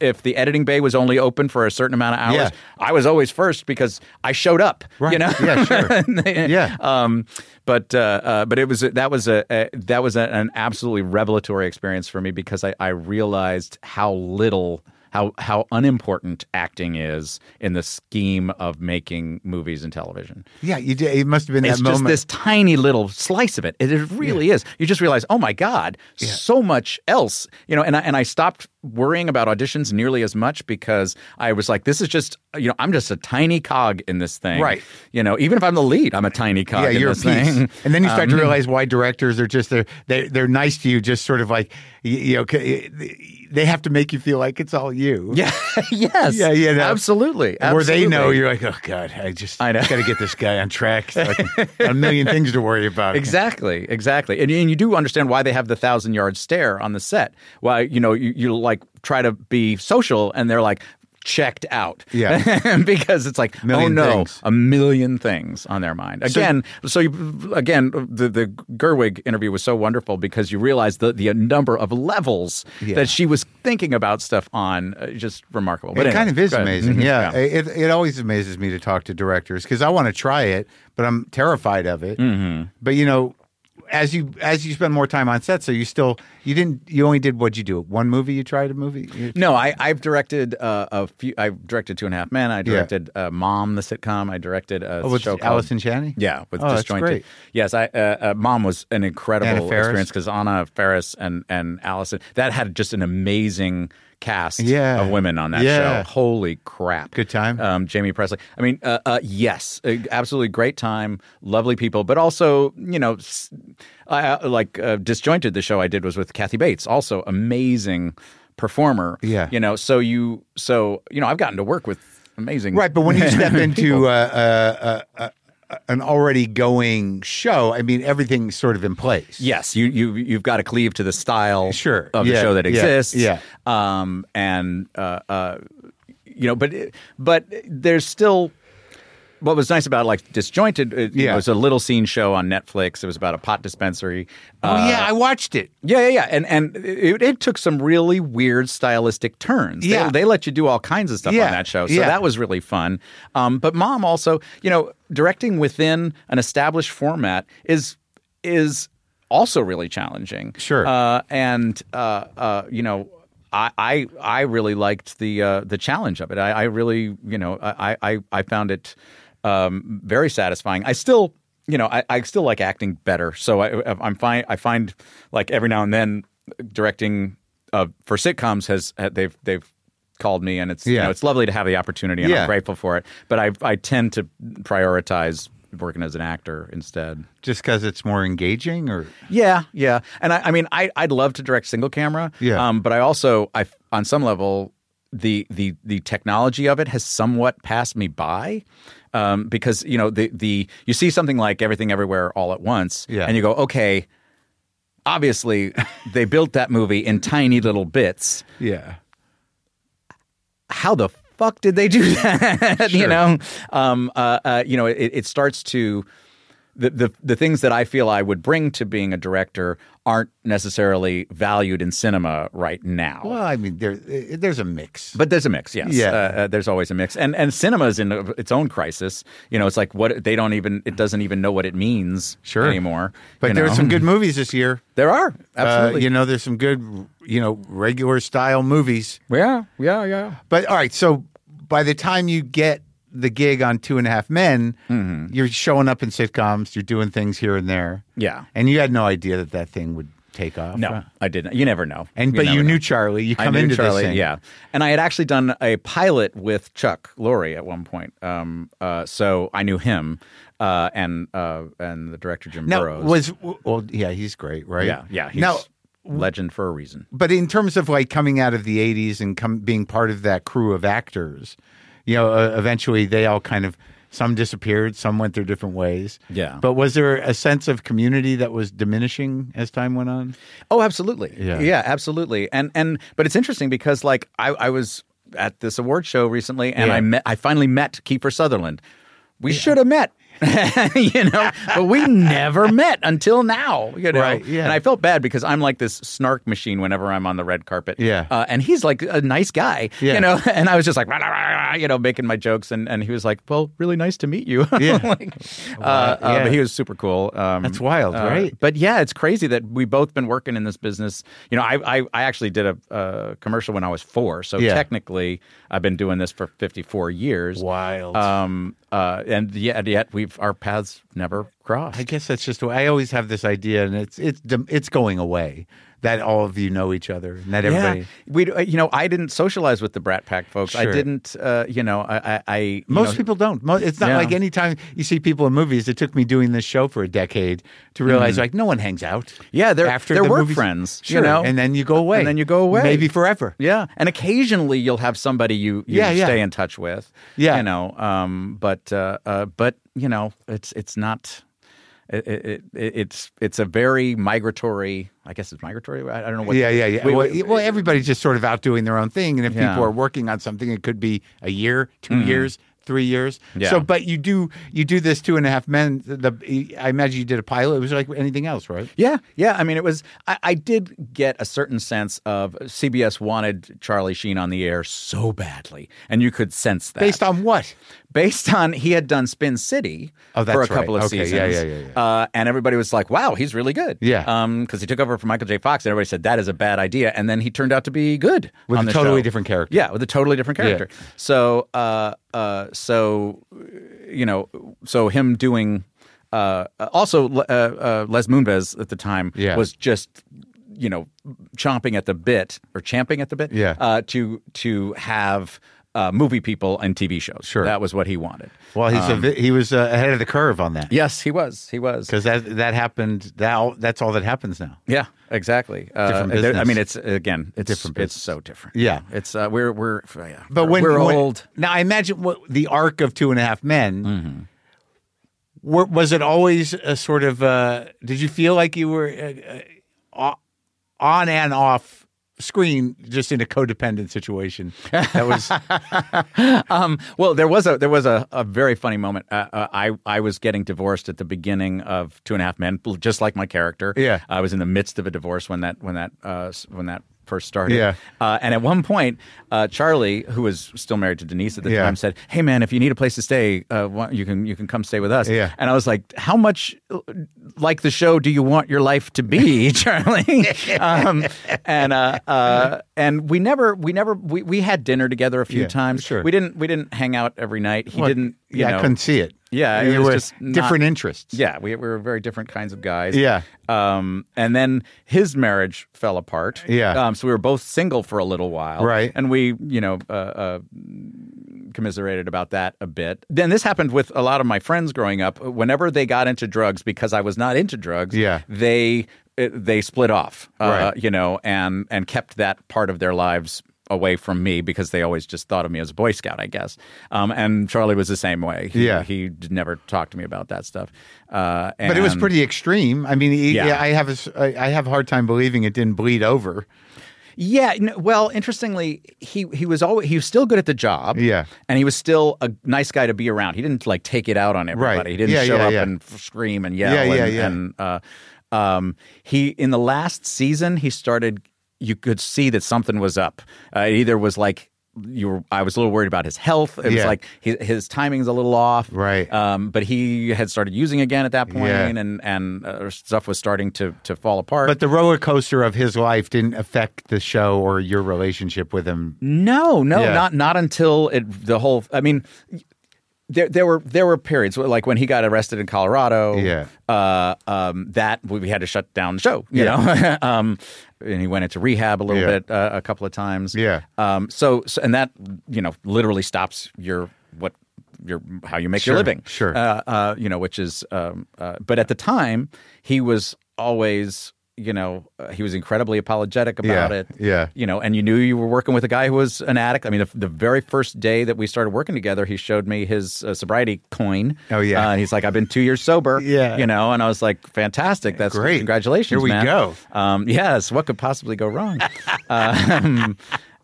D: if the editing bay was only open for a certain amount of hours,
A: Yeah.
D: I was always first because I showed up.
A: Right.
D: You know,
A: Yeah, sure.
D: And they-
A: Yeah.
D: um, but uh, uh, but it was a- that was a, a that was a, an absolutely revelatory experience for me because I, I realized how little how how unimportant acting is in the scheme of making movies and television.
A: Yeah, you did. It must have been
D: It's
A: that
D: just
A: moment.
D: this tiny little slice of it. It it really is. You just realize, oh my god, so much else. You know, and I, and I stopped worrying about auditions nearly as much because I was like, this is just you know, I'm just a tiny cog in this thing.
A: Right.
D: You know, even if I'm the lead, I'm a tiny cog.
A: yeah,
D: in
A: you're a
D: this
A: piece.
D: thing. Um,
A: And then you start to realize why directors are just they're they, they're nice to you, just sort of like you, you know c- they have to make you feel like it's all you.
D: Yeah. yes.
A: Yeah, you know.
D: Absolutely.
A: Where they know
D: absolutely.
A: you're like, oh god, I just
D: I know.
A: got to get this guy on track. So I can- a million things to worry about.
D: Exactly, exactly, and, and you do understand why they have the thousand yard stare on the set. Why you know you, you like try to be social, and they're like checked out.
A: Yeah.
D: because it's like
A: Million
D: oh no,
A: things.
D: a million things on their mind again. So, you again the the Gerwig interview was so wonderful because you realize the the number of levels
A: Yeah.
D: that she was thinking about stuff on, uh, just remarkable.
A: it
D: But anyway,
A: kind of is
D: go ahead.
A: amazing. Yeah,
D: Yeah.
A: It, it always amazes me to
D: Mm-hmm.
A: talk to directors because I want to try it, but I'm terrified of it. But you know, as you as you spend more time on set, so you still you didn't you only did what'd you do? One movie you tried a movie? You-
D: No, I, I've directed uh, a few. I've directed Two and a Half Men. I directed uh, Mom, the sitcom. I directed a
A: Oh, with
D: show called
A: Allison Janney?
D: Yeah, with
A: Oh, that's
D: disjointed.
A: great.
D: Yes, I uh, uh, Mom was an
A: Anna
D: incredible
A: Faris?
D: experience because Anna Ferris and and Allison that had just an amazing cast
A: Yeah.
D: of women on that
A: Yeah.
D: show. Holy crap!
A: Good time.
D: Um, Jamie Presley. I mean, uh, uh, yes, uh, absolutely great time. Lovely people, but also you know, s- I- I- like uh, disjointed. The show I did was with Kathy Bates, also amazing performer.
A: Yeah.
D: you know, so you so you know, I've gotten to work with amazing.
A: Right, but when you step into uh, uh, uh, uh, an already going show, I mean everything's sort of in place.
D: Yes, you you you've got to cleave to the style,
A: Sure,
D: of
A: yeah,
D: the show that
A: yeah,
D: exists,
A: yeah.
D: Um, and uh, uh, you know, but but there's still what was nice about like disjointed. It, you
A: Yeah.
D: know, it was a little scene show on Netflix. It was about a pot dispensary.
A: Oh yeah, I watched it.
D: Yeah, yeah, yeah, and and it, it took some really weird stylistic turns. They-
A: Yeah.
D: they, let you do all kinds of stuff
A: Yeah,
D: on that show, so
A: yeah.
D: that was really fun. Um, but mom also, you know, directing within an established format is is also really challenging.
A: Sure.
D: uh, and uh, uh, you know. I, I I really liked the uh, the challenge of it. I, I really you know I I, I found it um, very satisfying. I still you know I, I still like acting better. So I I'm fine. I find like every now and then directing uh, for sitcoms has uh, they've they've called me and it's you
A: Yeah.
D: know it's lovely to have the opportunity and
A: Yeah.
D: I'm grateful for it. But I I tend to prioritize working as an actor instead.
A: Just because it's more engaging, or
D: Yeah, yeah. And I, I mean, I, I'd love to direct single camera.
A: Yeah.
D: Um, but I also, I on some level, the the the technology of it has somewhat passed me by, um, because you know the the you see something like Everything Everywhere All at Once,
A: Yeah.
D: and you go, okay. Obviously, they built that movie in tiny little bits
A: yeah,
D: how the fuck did they do that? you know, um, uh, uh, you know, it, it starts to the, the the things that I feel I would bring to being a director aren't necessarily valued in cinema right now.
A: Well, I mean, there eh, there's a mix.
D: But there's a mix, yes.
A: Yeah.
D: Uh, uh, there's always a mix, and and cinema's in a- its own crisis. You know, it's like what they don't even it doesn't even know what it means
A: Sure.
D: anymore.
A: but
D: you
A: there
D: know?
A: were some good movies this year.
D: There are
A: Uh,
D: absolutely.
A: you know, there's some good, you know, regular style movies.
D: yeah, yeah, yeah.
A: But all right, so by the time you get the gig on Two and a Half Men,
D: Mm-hmm.
A: you're showing up in sitcoms, you're doing things here and there.
D: Yeah.
A: and you had no idea that that thing would take off.
D: No,
A: right?
D: I didn't. You never know.
A: and but
D: never
A: you
D: know.
A: knew Charlie. You
D: I
A: come
D: knew
A: into
D: Charlie,
A: this thing,
D: Yeah, and I had actually done a pilot with Chuck Lorre at one point, um, uh, so I knew him uh, and uh, and the director Jim
A: Now
D: Burrows.
A: was well, yeah, he's great, right?
D: yeah, yeah, he's
A: now,
D: legend for a reason.
A: but in terms of like coming out of the '80s and come being part of that crew of actors, you know, uh, eventually they all kind of some disappeared, some went their different ways.
D: Yeah.
A: But was there a sense of community that was diminishing as time went on?
D: Oh, absolutely.
A: Yeah.
D: absolutely. And and but it's interesting because like I, I was at this award show recently and
A: Yeah.
D: I met I finally met Kiefer Sutherland. We should have met. you know, but we never met until now. You know,
A: Right, yeah.
D: and I felt bad because I'm like this snark machine whenever I'm on the red carpet.
A: Yeah.
D: uh, and he's like a nice guy.
A: Yeah.
D: you know, and I was just like, rah, rah, rah, rah, you know, making my jokes, and, and he was like, "Well, really nice to meet you."
A: Yeah.
D: Like, uh, uh,
A: yeah.
D: but he was super cool. Um,
A: That's wild, right?
D: but yeah, it's crazy that we both been working in this business. You know, I I, I actually did a uh, commercial when I was four, so
A: Yeah.
D: technically I've been doing this for fifty four years.
A: Wild.
D: Um. Uh. And yet, yet we've our paths never crossed.
A: I guess that's just I always have this idea, and it's it's dem- it's going away that all of you know each other and that everybody.
D: Yeah, we. uh, You know, I didn't socialize with the Brat Pack folks. I
A: Sure.
D: didn't. Uh, you know, I. I, I you
A: Most
D: know-
A: people don't. Mo- It's not
D: Yeah.
A: like any time you see people in movies. It took me doing this show for a decade to realize like no one hangs out.
D: Mm. Yeah, they're-
A: after
D: they're
A: the
D: work
A: movies.
D: friends, you
A: Sure,
D: know?
A: and then you go away,
D: And then you go away.
A: maybe forever.
D: Yeah, and occasionally you'll have somebody you, you
A: Yeah, yeah.
D: stay in touch with.
A: Yeah.
D: you know, um, but uh, uh, but you know, it's it's not. It, it, it, it's it's a very migratory. I guess it's migratory. I I don't know what.
A: yeah, yeah, yeah.
D: we-
A: well,
D: we-
A: well, everybody's just sort of out doing their own thing, and if
D: Yeah. Mm.
A: people are working on something, it could be a year, 2 years, three years.
D: Yeah.
A: So, but you do you do this two and a half men. The I imagine you did a pilot. It was like anything else, right?
D: Yeah, yeah. I mean, it was. I, I did get a certain sense of CBS wanted Charlie Sheen on the air so badly, and you could sense that
A: Based on what?
D: based on he had done Spin City
A: Oh, that's
D: for a
A: right.
D: couple of
A: Okay, yeah,
D: seasons.
A: yeah, yeah, yeah.
D: Uh, and everybody was like, "Wow, he's really good."
A: Yeah.
D: because he took over from Michael J. Fox, and everybody said that is a bad idea. And then he turned out to be good
A: With
D: on
A: a
D: the
A: totally
D: show.
A: different character.
D: Yeah, with a totally different character. So, uh, uh, so you know, so him doing. Uh, also, uh, uh, Les Moonves at the time
A: Yeah.
D: was just, you know, chomping at the bit or champing at the bit
A: Yeah.
D: uh, to to have uh, movie people and TV shows.
A: Sure.
D: that was what he wanted.
A: Well, he's a vi he was uh, ahead of the curve on that
D: Yes, he was. He was.
A: because that that happened. That all, that's all that happens now.
D: Yeah, exactly. Uh,
A: Different
D: there- I
A: business.
D: mean, it's again, it's
A: Different
D: It's
A: business.
D: so different.
A: Yeah.
D: it's uh, we're we're yeah.
A: But
D: We're-
A: when
D: we're
A: when-
D: old, Mm-hmm.
A: now, I imagine what the arc of Two and a Half Men. Were, was it always a sort of? Uh, did you feel like you were uh, uh, o- on and off screen, just in a codependent situation? That was
D: Um, well, there was a there was a, a very funny moment. Uh, uh, I I was getting divorced at the beginning of Two and a Half Men, just like my character.
A: Yeah.
D: I was in the midst of a divorce when that when that uh, s- when that first started.
A: Yeah.
D: uh, and at one point, uh, Charlie, who was still married to Denise at the
A: Yeah.
D: time, said, "Hey, man, if you need a place to stay, uh, why- you can you can come stay with us."
A: Yeah.
D: and I was like, "How much uh, like the show do you want your life to be, Charlie?" um, and uh, uh, and we never we never we, we had dinner together a few
A: Yeah,
D: times.
A: sure.
D: We didn't we didn't hang out every night. He
A: Well,
D: didn't. You
A: yeah,
D: know,
A: I couldn't see it.
D: Yeah,
A: it
D: it
A: was,
D: was just not-
A: different interests.
D: Yeah, we, we were very different kinds of guys.
A: Yeah.
D: Um, and then his marriage fell apart.
A: Yeah.
D: Um, so we were both single for a little while.
A: Right.
D: And we, you know, uh, uh, commiserated about that a bit. Then this happened with a lot of my friends growing up. Whenever they got into drugs, because I was not into drugs,
A: Yeah.
D: they it- they split off, uh,
A: Right.
D: you know, and and kept that part of their lives away from me because they always just thought of me as a Boy Scout, I guess. Um, and Charlie was the same way. He,
A: Yeah.
D: he d- never talked to me about that stuff. Uh,
A: But it was
D: and-
A: pretty extreme. I mean, e-
D: Yeah.
A: yeah, I have a s I I have a hard time believing it didn't bleed over.
D: Yeah. n- well, interestingly, he he was always he was still good at the job.
A: Yeah.
D: And he was still a nice guy to be around. He didn't like take it out on everybody. He didn't
A: Yeah,
D: show
A: yeah,
D: up
A: yeah.
D: and f- scream and yell.
A: Yeah, yeah,
D: and,
A: yeah.
D: And uh, um, he in the last season he started. You could see that something was up. Uh, it either was like. You were, I was a little worried about his health. It was
A: Yeah.
D: like his, his timing's a little off,
A: Right.
D: Um, but he had started using again at that point,
A: Yeah.
D: and and uh, stuff was starting to to fall apart.
A: But the roller coaster of his life didn't affect the show or your relationship with him.
D: No, no,
A: Yeah.
D: not not until it, the whole. I mean, there there were there were periods where, like when he got arrested in Colorado.
A: Yeah.
D: uh, um, that we had to shut down the show. You know, um, and he went into rehab a little
A: Yeah.
D: bit uh, a couple of times.
A: Yeah.
D: Um. So, so and that you know literally stops your what your how you make
A: Sure,
D: your living.
A: sure.
D: Uh, uh, you know, which is um. Uh, but at the time, he was always. You know, uh, he was incredibly apologetic about
A: Yeah,
D: it
A: yeah.
D: you know, and you knew you were working with a guy who was an addict. I mean, the, the very first day that we started working together, he showed me his uh, sobriety coin.
A: Oh, yeah.
D: Uh, and he's like, "I've been two years sober."
A: Yeah.
D: you know, and I was like, "Fantastic! That's
A: Great.
D: Congratulations!
A: Here we
D: man.
A: go.
D: Um, yes, what could possibly go wrong? um,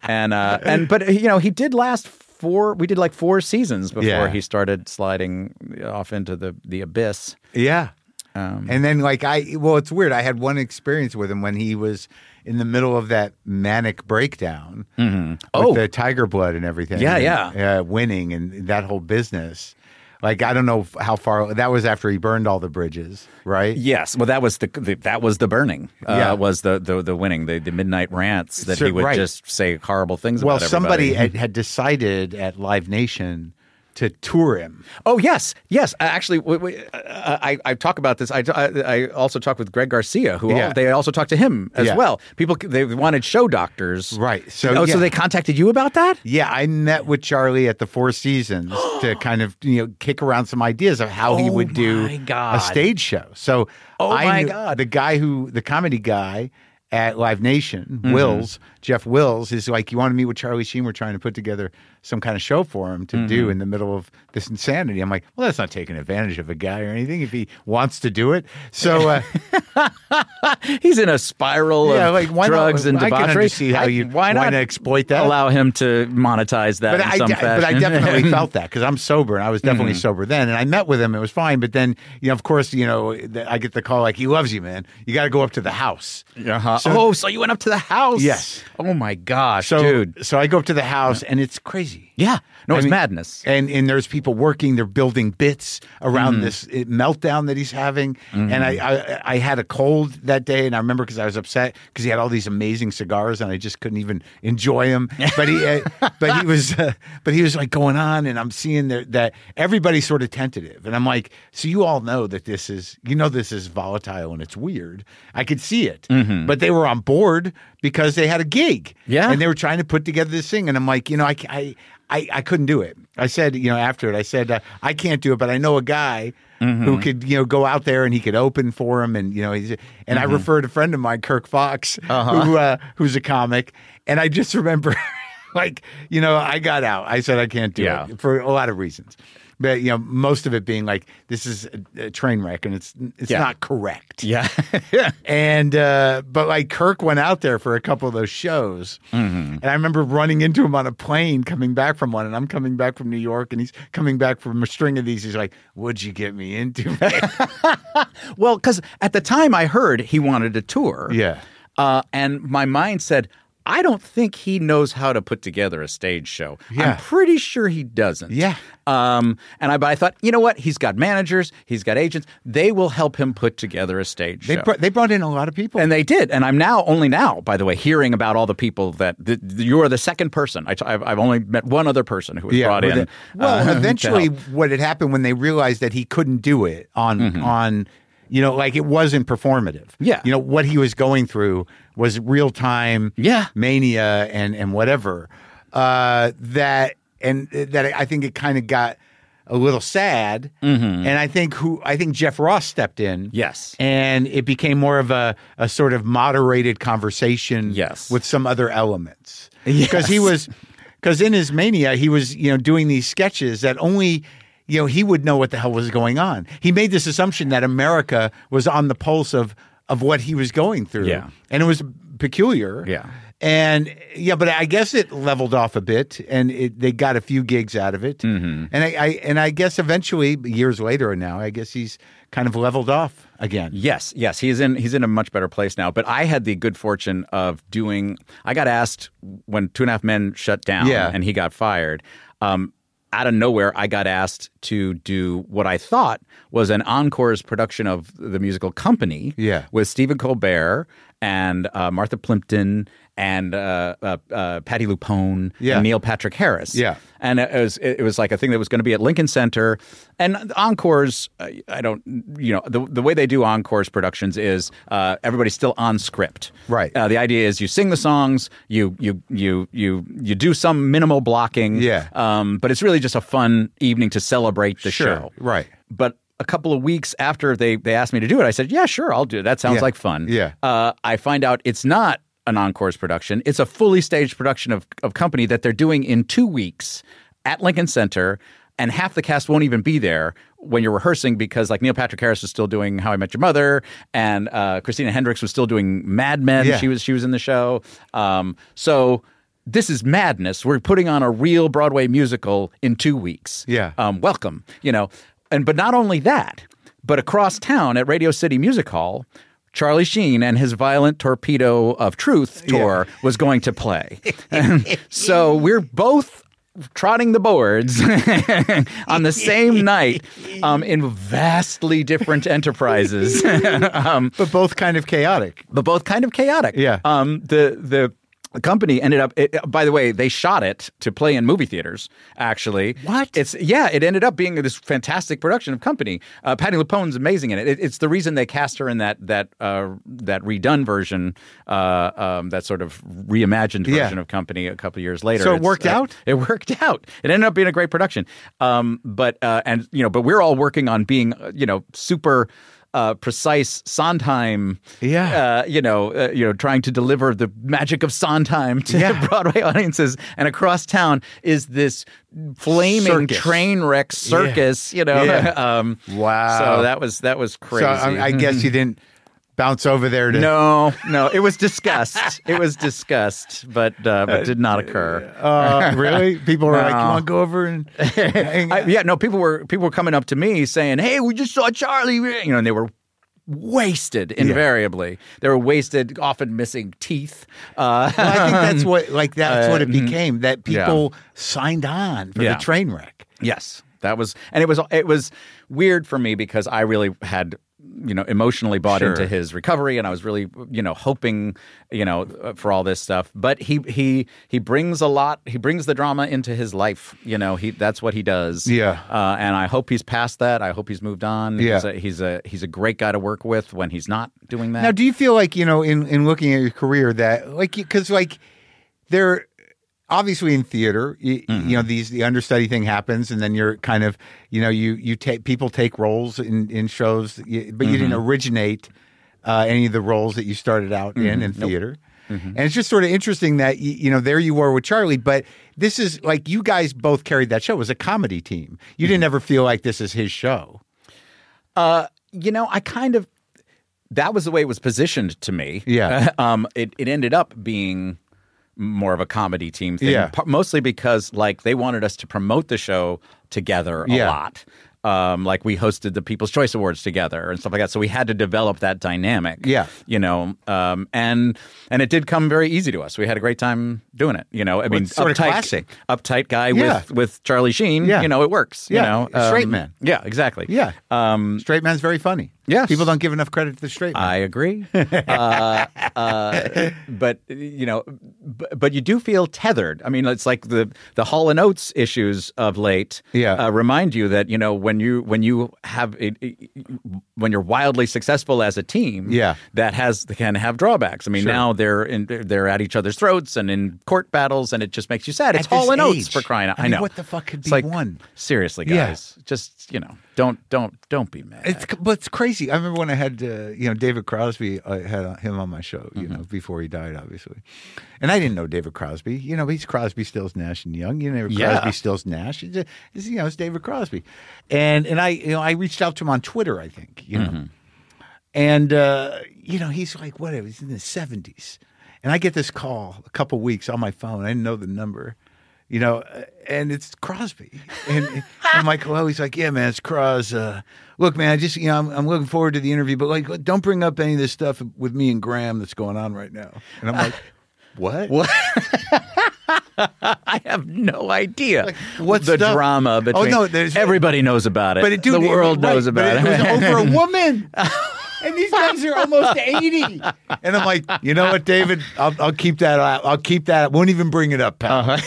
D: and uh, and but you know, he did last four. We did like four seasons before
A: Yeah.
D: he started sliding off into the the abyss.
A: Yeah. and then, like, I, well, it's weird. I had one experience with him when he was in the middle of that manic breakdown with
D: Oh.
A: the tiger blood and everything.
D: Yeah,
A: and,
D: yeah.
A: Uh, winning and that whole business. Like, I don't know f- how far that was after he burned all the bridges, right?
D: Yes, well, that was the, the that was the burning. Uh,
A: Yeah.
D: was the, the the winning the the midnight rants that
A: So-
D: he would
A: right.
D: just say horrible things.
A: Well,
D: about
A: somebody
D: everybody.
A: had, had decided at Live Nation to tour him.
D: Oh yes, yes. Uh, Actually, we, we, uh, I I talk about this. I, I, I also talked with Greg Garcia, who
A: Yeah.
D: they also talked to him as
A: Yeah.
D: well. People they wanted show doctors,
A: Right, so,
D: oh, so
A: yeah.
D: they contacted you about that?
A: Yeah, I met with Charlie at the Four Seasons to kind of you know kick around some ideas of how he
D: Oh
A: would do
D: my God.
A: a stage show. So
D: Oh
A: I
D: my
A: knew-
D: God.
A: the guy who the comedy guy at Live Nation, Wills, Jeff Wills, is like, You want to meet with Charlie Sheen? We're trying to put together some kind of show for him to do in the middle of this insanity. I'm like, Well, that's not taking advantage of a guy or anything if he wants to do it. So, uh,
D: He's in a spiral
A: Yeah,
D: of
A: like, why not-
D: drugs and
A: I can
D: debauchery.
A: understand how you- why not exploit that?
D: Allow him to monetize that
A: but
D: in
A: I,
D: some
A: de-
D: fashion. Mm.
A: but I definitely felt that because I'm sober and I was definitely sober then. And I met with him; it was fine. But then, you know, of course, you know, th- I get the call like, "He loves you, man. You got to go up to the house."
D: Uh-huh. oh, so you went up to the house?
A: Yes.
D: Oh my gosh,
A: So,
D: dude.
A: so I go up to the house, and it's crazy.
D: Yeah. No,
A: I
D: it's
A: mean,
D: madness. Mm-hmm.
A: And and there's people working. They're building bits around this this uh, meltdown that he's having. And I, I I had a cold that day, and I remember because I was upset because he had all these amazing cigars, and I just couldn't even enjoy them. But he uh, but he was uh, but he was like going on, and I'm seeing that that everybody's sort of tentative, and I'm like, so you all know that this is you know this is volatile and it's weird. I could see it, but they were on board because they had a gig,
D: Mm-hmm. Yeah.
A: and they were trying to put together this thing, and I'm like, you know, I ca- I I, I couldn't do it. I said, you know, after it, I said, uh, I can't do it, but I know a guy
D: Mm-hmm.
A: who could, you know, go out there and he could open for him. And, you know, he's, and I
D: Mm-hmm.
A: referred a friend of mine, Kirk Fox,
D: Uh-huh.
A: who, uh, who's a comic. And I just remember, like, you know, I got out. I said, I can't do
D: Yeah.
A: it for a lot of reasons. But, you know, most of it being like, this is a, a train wreck and it's, it's
D: Yeah.
A: not correct.
D: yeah.
A: And uh, but like Kirk went out there for a couple of those shows, and I remember running into him on a plane coming back from one, and I'm coming back from New York, and he's coming back from a string of these. He's like, "What'd you get me into?" man?"
D: well, because at the time I heard he wanted a tour.
A: Yeah.
D: Uh, and my mind said, I don't think he knows how to put together a stage show.
A: Yeah.
D: I'm pretty sure he doesn't.
A: Yeah.
D: Um, and I, but I thought, you know what? He's got managers, he's got agents. They will help him put together a stage
A: they
D: show.
A: br- they brought in a lot of people,
D: And they did. And I'm now, only now, by the way, hearing about all the people that th- th- you are the second person. I t- I've, I've only met one other person who was brought
A: with
D: in.
A: it. Well,
D: uh, to
A: eventually,
D: help.
A: what had happened when they realized that he couldn't do it on on, you know, like it wasn't performative.
D: Mm-hmm. Yeah.
A: you know what he was going through was real time.
D: Yeah.
A: mania and and whatever. Uh, that and uh, that I think it kind of got a little sad. And I think who I think Jeff Ross stepped in.
D: Mm-hmm. Yes.
A: and it became more of a a sort of moderated conversation.
D: Yes.
A: with some other elements because he
D: Yes.
A: was because in his mania he was you know doing these sketches that only you know he would know what the hell was going on he made this assumption that america was on the pulse of of what he was going through
D: Yeah.
A: and it was peculiar
D: Yeah.
A: and yeah but i guess it leveled off a bit and it, they got a few gigs out of it
D: Mm-hmm.
A: and I, I and i guess eventually years later now i guess he's kind of leveled off again
D: Yes, yes, he's in he's in a much better place now. But I had the good fortune of doing. I got asked when Two and a Half Men shut down,
A: Yeah.
D: and he got fired. Um, out of nowhere, I got asked to do what I thought was an encore's production of the musical Company.
A: Yeah.
D: with Stephen Colbert and uh, Martha Plimpton and uh, uh, uh, Patty Lupone
A: Yeah.
D: and Neil Patrick Harris.
A: Yeah.
D: And it was it was like a thing that was going to be at Lincoln Center, and the encores. uh, I don't, you know, the the way they do encores productions is uh, everybody's still on script.
A: Right.
D: Uh, the idea is you sing the songs, you you you you you do some minimal blocking.
A: Yeah.
D: Um, but it's really just a fun evening to celebrate the
A: Sure,
D: show.
A: right.
D: But a couple of weeks after they they asked me to do it, I said, "Yeah, sure, I'll do it. That sounds
A: Yeah.
D: like fun."
A: Yeah.
D: Uh, I find out it's not an encore's production; it's a fully staged production of of company that they're doing in two weeks at Lincoln Center, and half the cast won't even be there when you're rehearsing because like Neil Patrick Harris was still doing How I Met Your Mother, and uh, Christina Hendricks was still doing Mad Men.
A: Yeah.
D: She was she was in the show. Um, so. This is madness. We're putting on a real Broadway musical in two weeks
A: Yeah.
D: um, welcome, you know. And but not only that, but across town at Radio City Music Hall, Charlie Sheen and his Violent Torpedo of Truth tour was going to play. so we're both trotting the boards on the same night um, in vastly different enterprises.
A: but both kind of chaotic
D: but both kind of chaotic.
A: Yeah.
D: Um. The the company ended up. It, by the way, they shot it to play in movie theaters. Actually,
A: What?
D: It's yeah. It ended up being this fantastic production of Company. Uh, Patty LuPone's amazing in it. it. It's the reason they cast her in that that uh, that redone version, uh, um, that sort of reimagined
A: Yeah.
D: version of Company a couple years later.
A: So it
D: It's,
A: worked
D: uh,
A: out?
D: it worked out. It ended up being a great production. Um, but uh, and you know, but we're all working on being uh, you know super. uh, precise Sondheim.
A: Yeah.
D: uh, you know, uh, you know, trying to deliver the magic of Sondheim to
A: Yeah.
D: Broadway audiences, and across town is this flaming
A: Circus.
D: train wreck circus. You know,
A: Yeah.
D: um,
A: Wow.
D: So that was that was
A: So
D: crazy.
A: I, I guess you didn't bounce over there to.
D: no, no, it was discussed. it was discussed, but uh, but did not occur.
A: Uh, really? People were like,
D: No.
A: "Come on, go over and." hang
D: I,
A: out."
D: yeah, no, people were people were coming up to me saying, "Hey, we just saw Charlie," you know, and they were wasted invariably. They were wasted, often missing teeth. Uh,
A: Well, I think that's what like that's what it became. That
D: yeah.
A: people signed on for
D: Yeah.
A: the train wreck.
D: yes, that was, and it was it was weird for me because I really had you know emotionally bought
A: Sure.
D: into his recovery and I was really you know hoping you know uh, for all this stuff but he he he brings a lot he brings the drama into his life you know he that's what he does
A: Yeah.
D: uh, and I hope he's past that I hope he's moved on
A: Yeah.
D: he's a, he's a he's a great guy to work with when he's not doing that
A: Now, do you feel like you know in in looking at your career that like because like there obviously in theater you, you know these the understudy thing happens and then you're kind of you know you you take people take roles in in shows that you- but you didn't originate uh, any of the roles that you started out in in theater. And it's just sort of interesting that y- you know there you were with Charlie, but this is like you guys both carried that show It was a comedy team. You didn't ever feel like this is his show.
D: you know, I kind of that was the way it was positioned to me.
A: Yeah.
D: um, it it ended up being more of a comedy team thing,
A: Yeah.
D: par- mostly because like they wanted us to promote the show together a
A: Yeah.
D: lot. Um, like we hosted the People's Choice Awards together and stuff like that, so we had to develop that dynamic.
A: Yeah.
D: you know, um, and and it did come very easy to us. We had a great time doing it. You know, I mean,
A: it's sort of
D: uptight,
A: classic.
D: uptight guy
A: Yeah.
D: with with Charlie Sheen.
A: Yeah.
D: you know, it works.
A: Yeah.
D: you know, um,
A: Straight man.
D: Yeah, exactly.
A: Yeah.
D: um,
A: Straight Man's very funny.
D: Yes.
A: People don't give enough credit to the Straight Man.
D: I agree. uh, uh, but you know, but, but you do feel tethered. I mean, it's like the the Hall and Oates issues of late.
A: Yeah.
D: uh, remind you that you know when you when you have it, it- when you're wildly successful as a team.
A: Yeah.
D: that has can have drawbacks. I mean,
A: Sure.
D: now they're in, they're at each other's throats and in court battles, and it just makes you sad. It's
A: At
D: Hall
A: this
D: and Oates
A: age.
D: for crying out.
A: I
D: I,
A: mean,
D: know
A: what the fuck could
D: It's
A: be
D: like,
A: one?
D: Seriously,
A: Yeah.
D: guys, just you know, don't don't don't be mad.
A: It's but it's crazy. I remember when I had uh, you know David Crosby. I had uh, him on my show,
D: Mm-hmm.
A: you know, before he died, obviously. And I didn't know David Crosby. You know, he's Crosby, Stills, Nash, and Young. You know, Crosby,
D: Yeah.
A: Stills, Nash. It's, a- it's, you know, it's David Crosby. And and I you know I reached out to him on Twitter. I think you know, and uh, you know he's like whatever. He's in his seventies, and I get this call a couple weeks on my phone. I didn't know the number. You know, uh, and it's Crosby, and I'm like, hello. He's like, yeah, man, it's Cros. Uh, look, man, I just, you know, I'm, I'm looking forward to the interview, but like, don't bring up any of this stuff with me and Graham that's going on right now. And I'm like, what?
D: What? I have no idea.
A: what
D: the
A: stuff?
D: drama
A: Oh,
D: between?
A: no, there's-
D: everybody knows about it.
A: But it, dude,
D: the
A: it-
D: world
A: right,
D: knows about
A: but
D: it.
A: It was over a woman. And these guys are almost eighty, and I'm like, you know what, David? I'll, I'll keep that. out. I'll keep that. I won't even bring it up, pal.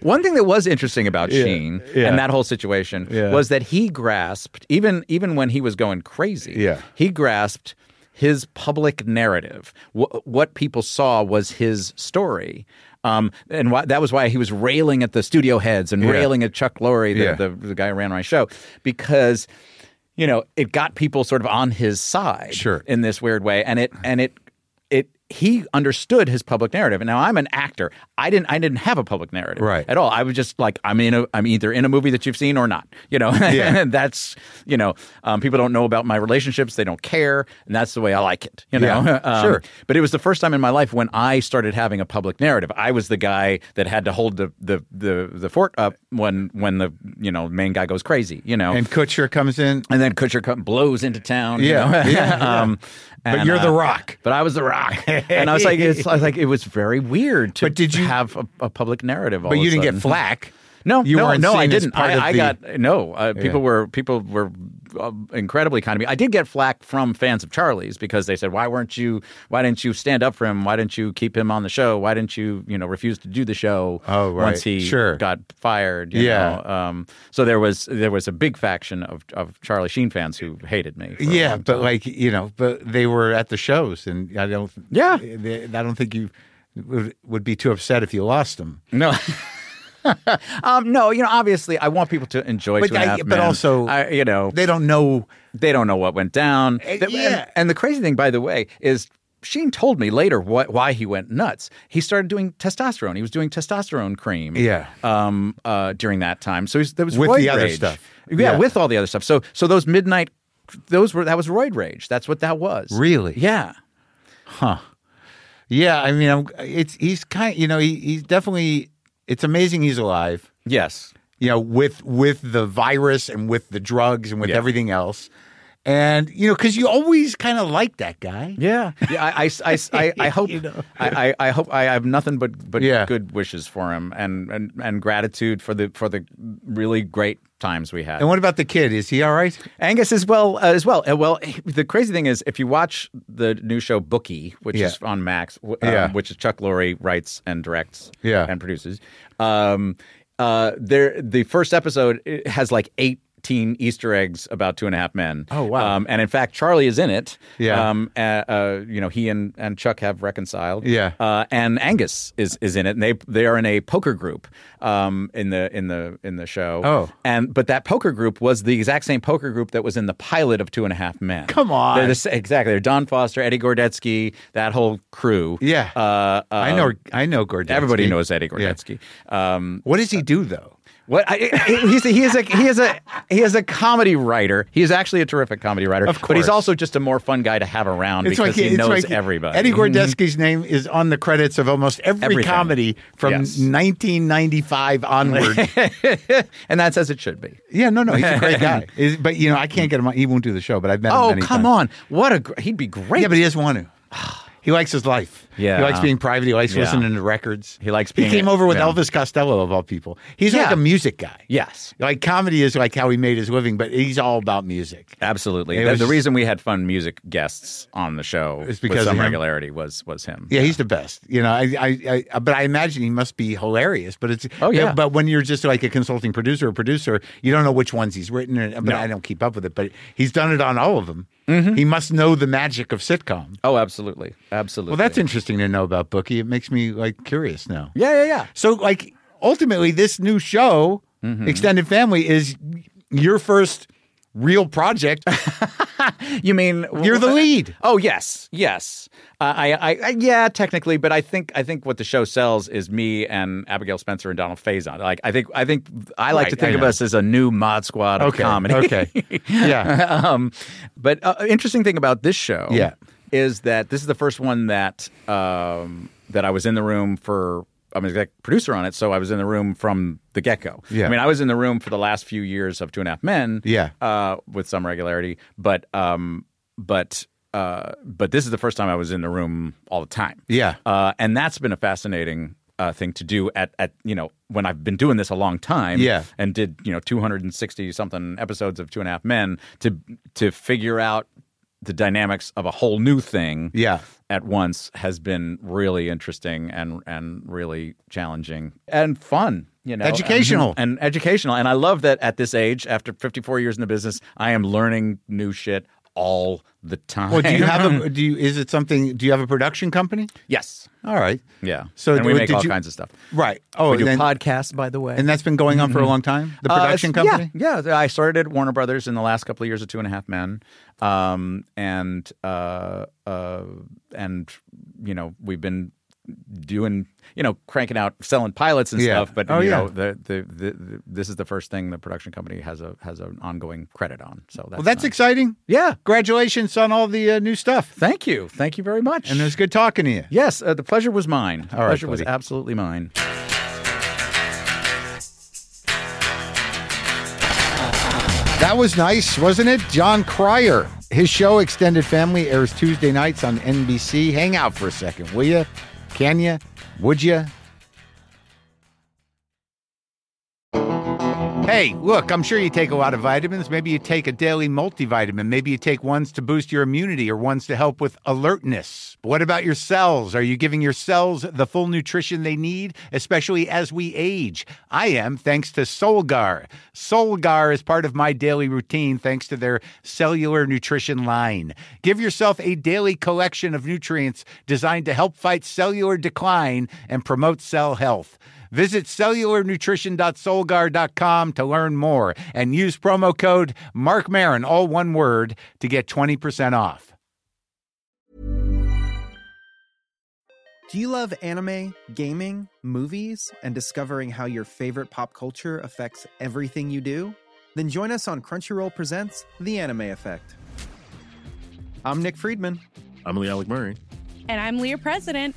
D: One thing that was interesting about
A: Yeah,
D: Sheen
A: yeah.
D: and that whole situation
A: Yeah.
D: was that he grasped even even when he was going crazy.
A: Yeah.
D: he grasped his public narrative. Wh- what people saw was his story. Um, and why, that was why he was railing at the studio heads and
A: Yeah.
D: railing at Chuck Lorre, the,
A: Yeah.
D: the, the guy who ran my show, because you know it got people sort of on his side
A: Sure.
D: in this weird way, and it and it it he understood his public narrative. And now I'm an actor. I didn't I didn't have a public narrative
A: Right.
D: at all. I was just like I'm in a I'm either in a movie that you've seen or not. You know,
A: Yeah.
D: and that's you know um, people don't know about my relationships. They don't care, and that's the way I like it. You know, Um,
A: Yeah, sure.
D: But it was the first time in my life when I started having a public narrative. I was the guy that had to hold the the the, the fort up when when the you know main guy goes crazy. You know,
A: And Kutcher comes in.
D: and then Kutcher come, blows into town. you
A: Yeah,
D: know?
A: yeah, yeah.
D: um,
A: But
D: and,
A: you're The
D: uh,
A: Rock.
D: But I was the rock, and I was like, it's, I was like, it was very weird to
A: But did you-
D: have a, a public narrative. all
A: But
D: of
A: you
D: a
A: didn't get
D: sudden.
A: flack.
D: No,
A: You
D: no,
A: weren't
D: no,
A: seen
D: I
A: as
D: didn't.
A: part
D: I,
A: of
D: I
A: the-
D: got no. Uh, people were people were uh, incredibly kind to me. I did get flack from fans of Charlie's because they said, "Why weren't you? Why didn't you stand up for him? Why didn't you keep him on the show? Why didn't you, you know, refuse to do the show
A: Oh, right.
D: once he
A: Sure.
D: got fired?" you
A: Yeah.
D: know? Um, so there was there was a big faction of of Charlie Sheen fans who hated me. for a
A: Yeah,
D: long
A: but
D: time.
A: like you know, but they were at the shows, and I don't.
D: Yeah.
A: they- I don't think you would, would be too upset if you lost them.
D: no. um, no, you know, obviously, I want people to enjoy.
A: But
D: Two and a
A: I-
D: Half
A: but
D: Men.
A: also-
D: I, you know,
A: They don't know.
D: they don't know what went down.
A: Uh,
D: The- and-
A: yeah.
D: and, the crazy thing, by the way, is Sheen told me later what, why he went nuts. He started doing testosterone. He was doing testosterone cream.
A: Yeah.
D: Um. Uh. During that time, so he's, there was
A: With
D: roid
A: the other
D: rage.
A: stuff.
D: Yeah,
A: Yeah.
D: With all the other stuff. So so those midnight, those were that was roid rage. That's what that was.
A: Really?
D: Yeah.
A: Yeah, I mean, I'm, it's he's kind. You know, he, he's definitely. It's amazing he's alive.
D: Yes.
A: You know, with with the virus and with the drugs and with
D: Yeah.
A: everything else, and you know, because you always kind of like that guy.
D: Yeah, yeah. I, I, I, I, I hope.
A: You know.
D: I, I, I hope. I have nothing but but
A: Yeah.
D: good wishes for him and, and and gratitude for the for the really great times we had.
A: And what about the kid? Is he all right?
D: Angus as well uh, as well. Uh, well, the crazy thing is, if you watch the new show Bookie, which
A: Yeah.
D: is on Max, w- um,
A: Yeah.
D: which is Chuck Lorre writes and directs,
A: Yeah.
D: and produces. Um, uh, there, the first episode it has like eighteen Easter eggs about Two and a Half Men.
A: Oh, wow.
D: Um, and in fact, Charlie is in it.
A: Yeah.
D: Um, uh, uh, you know, he and, and Chuck have reconciled.
A: Yeah.
D: Uh, and Angus is is in it, and they they are in a poker group. Um, in the in the in the show.
A: Oh.
D: And but that poker group was the exact same poker group that was in the pilot of Two and a Half Men.
A: Come on.
D: They're the, sa- exactly. They're Don Foster, Eddie Gordetsky, that whole crew.
A: Yeah.
D: Uh, uh,
A: I know. I know. Gordon.
D: Everybody knows Eddie Gordetsky. Um,
A: What does he do though?
D: what I, I- he's he is a he is a he is a comedy writer. He is actually a terrific comedy writer.
A: Of
D: but he's
A: course.
D: also just a more fun guy to have around because he knows everybody. Mm-hmm.
A: Eddie Gordetsky's name is on the credits of almost every
D: Everything.
A: comedy from
D: Yes.
A: 1995 onward.
D: Mm-hmm. and that's as it should be.
A: yeah, no, no, he's a great guy. Is- but you know, I can't get him. on. He won't do the show. But I've met him.
D: Oh
A: many
D: come
A: times.
D: on! What a gr- he'd be great.
A: Yeah, but he doesn't want to. He likes his life.
D: Yeah.
A: he likes being private. He likes
D: Yeah.
A: listening to records.
D: He likes
A: He
D: being-
A: came over with
D: yeah.
A: Elvis Costello of all people. He's like
D: Yeah.
A: a music guy.
D: yes.
A: Like comedy is like how he made his living, but he's all about music.
D: Absolutely.
A: It
D: The,
A: was-
D: the reason we had fun music guests on the show
A: It's because
D: with
A: of
D: some
A: him.
D: regularity was was him.
A: Yeah, he's the best. You know, I, I, I, but I imagine he must be hilarious. But it's,
D: Oh, yeah.
A: But when you're just like a consulting producer or producer, you don't know which ones he's written. And, but I don't keep up with it. But he's done it on all of them.
D: Mm-hmm.
A: He must know the magic of sitcom.
D: Oh, absolutely, absolutely.
A: Well, that's interesting to know about Bookie. It makes me like curious now.
D: Yeah, yeah, yeah.
A: So, like, ultimately, this new show,
D: Mm-hmm.
A: Extended Family, is your first real project.
D: You mean
A: You're the lead.
D: Oh yes, yes. Uh, I, I, I, yeah, technically, but I think I think what the show sells is me and Abigail Spencer and Donald Faison. Like I think I think I like to
A: Right,
D: think
A: I
D: of
A: know.
D: us as a new mod squad of
A: Okay,
D: comedy.
A: okay. Yeah.
D: um, but uh, interesting thing about this show,
A: Yeah.
D: is that this is the first one that um, that I was in the room for. I'm an exec producer on it, so I was in the room from the get go.
A: Yeah.
D: I mean, I was in the room for the last few years of Two and a Half Men.
A: Yeah.
D: uh, with some regularity, but um, but. Uh, but this is the first time I was in the room all the time.
A: Yeah.
D: uh, and that's been a fascinating uh, thing to do. At at you know when I've been doing this a long time time
A: Yeah.
D: and did you know 260 something episodes of two and a half men to to figure out the dynamics of a whole new thing
A: Yeah.
D: at once has been really interesting and and really challenging and fun you know
A: Educational.
D: and, and educational and i love that at this age after 54 years in the business i am learning new shit all the time
A: well, do you have a? Do you? Is it something? Do you have a production company?
D: yes
A: All right.
D: yeah
A: So
D: and we
A: did-
D: make
A: did
D: all
A: you-
D: kinds of stuff
A: Right. Oh,
D: we do
A: and, then-
D: podcasts by the way
A: and that's been going on for a long time. The
D: Uh,
A: production
D: it's-
A: company.
D: Yeah, yeah. I started at Warner Brothers in the last couple of years of Two and a Half Men, um, and uh, uh, and you know we've been doing you know cranking out selling pilots and
A: Yeah.
D: stuff. But
A: Oh,
D: you
A: yeah.
D: know the, the, the, the this is the first thing the production company has a has an ongoing credit on. So that's
A: Well, that's
D: nice.
A: exciting.
D: yeah.
A: Congratulations on all the uh, new stuff.
D: Thank you, thank you very much.
A: And it was good talking to you.
D: yes, uh, the pleasure was mine. The
A: All right,
D: pleasure was
A: buddy.
D: absolutely mine.
E: That was nice, wasn't it? John Cryer. His show, Extended Family, airs Tuesday nights on NBC. Hang out for a second, will you? Can you? Would you?
A: Hey, look, I'm sure you take a lot of vitamins. Maybe you take a daily multivitamin. Maybe you take ones to boost your immunity or ones to help with alertness. But what about your cells? Are you giving your cells the full nutrition they need, especially as we age? I am, thanks to Solgar. Solgar is part of my daily routine thanks to their cellular nutrition line. Give yourself a daily collection of nutrients designed to help fight cellular decline and promote cell health. Visit cellularnutrition.solgar.com to learn more and use promo code Mark Marin, all one word, to get 20% off.
F: Do you love anime, gaming, movies, and discovering how your favorite pop culture affects everything you do? Then join us on Crunchyroll Presents The Anime Effect. I'm Nick Friedman.
G: I'm Lee Alec Murray.
H: And I'm Leah President.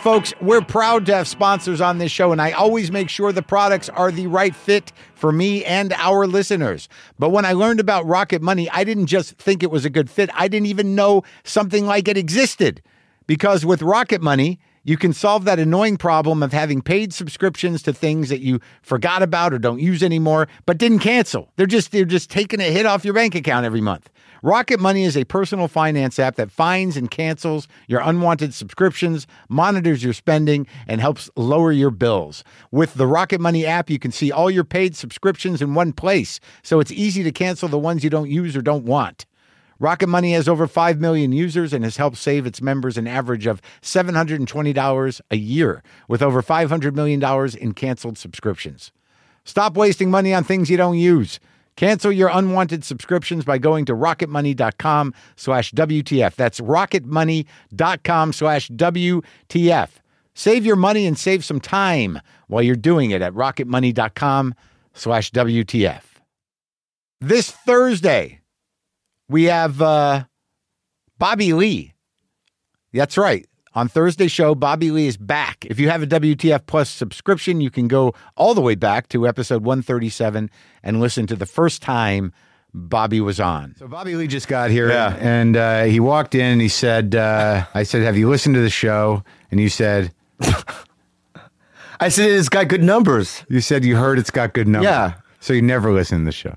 A: Folks, we're proud to have sponsors on this show, and I always make sure the products are the right fit for me and our listeners. But when I learned about Rocket Money, I didn't just think it was a good fit, I didn't even know something like it existed. Because with Rocket Money, you can solve that annoying problem of having paid subscriptions to things that you forgot about or don't use anymore, but didn't cancel. They're just they're just taking a hit off your bank account every month. Rocket Money is a personal finance app that finds and cancels your unwanted subscriptions, monitors your spending, and helps lower your bills. With the Rocket Money app, you can see all your paid subscriptions in one place, so it's easy to cancel the ones you don't use or don't want. Rocket Money has over 5 million users and has helped save its members an average of $720 a year, with over $500 million in canceled subscriptions. Stop wasting money on things you don't use. Cancel your unwanted subscriptions by going to rocketmoney.com slash WTF. That's rocketmoney.com slash WTF. Save your money and save some time while you're doing it at rocketmoney.com slash WTF. This Thursday, we have uh, Bobby Lee. That's right. On Thursday's show, Bobby Lee is back. If you have a WTF Plus subscription, you can go all the way back to episode 137 and listen to the first time Bobby was on. So Bobby Lee just got here
E: Yeah.
A: and uh, he walked in and he said, uh, I said, Have you listened to the show? And you said,
I: I said it's got good numbers.
A: You said you heard it's got good numbers.
I: Yeah.
A: So you never listened to the show.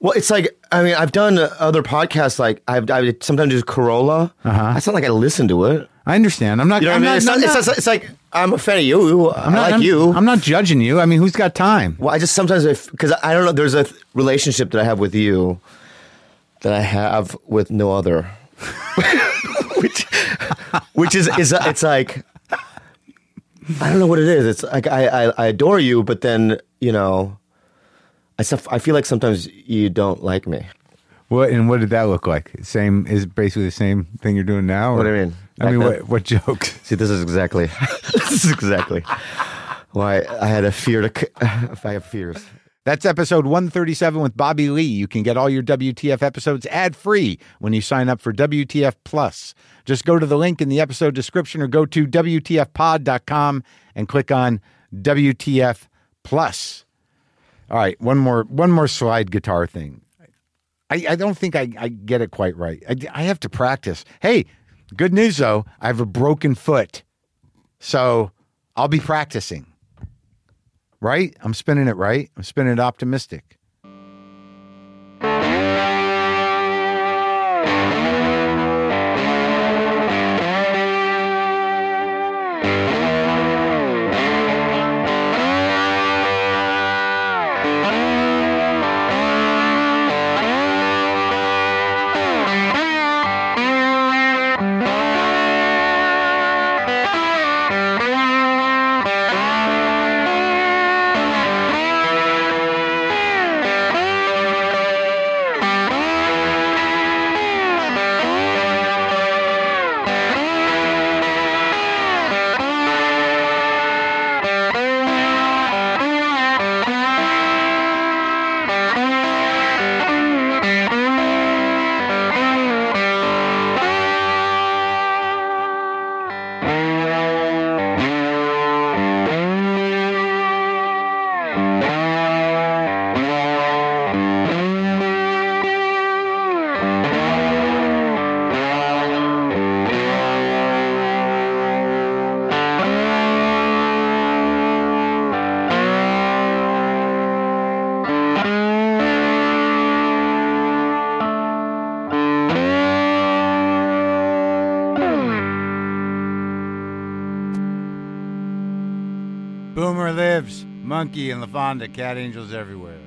I: Well, it's like I mean, I've done uh, other podcasts. Like I've, I sometimes do Corolla. Uh-huh. It's not like I listen to it.
A: I understand. I'm not.
I: You know what I
A: I'm
I: mean?
A: not-
I: it's,
A: I'm
I: not, it's,
A: not-
I: not- it's like I'm a fan of you. i
A: I'm not-
I: like
A: I'm-
I: you.
A: I'm not judging you. I mean, who's got time?
I: well, I just sometimes because I don't know. There's a th- relationship that I have with you that I have with no other, which which is is it's like I don't know what it is. It's like I I, I adore you, but then you know. I, suff- I feel like sometimes you don't like me.
A: What and what did that look like? Same is basically the same thing you're doing now. or-
I: What do you mean?
A: I mean,
I: Back
A: what
I: then?
A: what jokes?
I: See, this is exactly this is exactly why I had a fear to. c- I have fears.
A: That's episode 137 with Bobby Lee. You can get all your WTF episodes ad free when you sign up for WTF Plus. Just go to the link in the episode description or go to WTFpod.com and click on WTF Plus. All right, one more one more slide guitar thing. I, I don't think I, I get it quite right. I, I have to practice. Hey, good news though, I have a broken foot. So I'll be practicing right? I'm spinning it right. I'm spinning it optimistic. Boomer lives. Monkey and LaFonda, cat angels everywhere.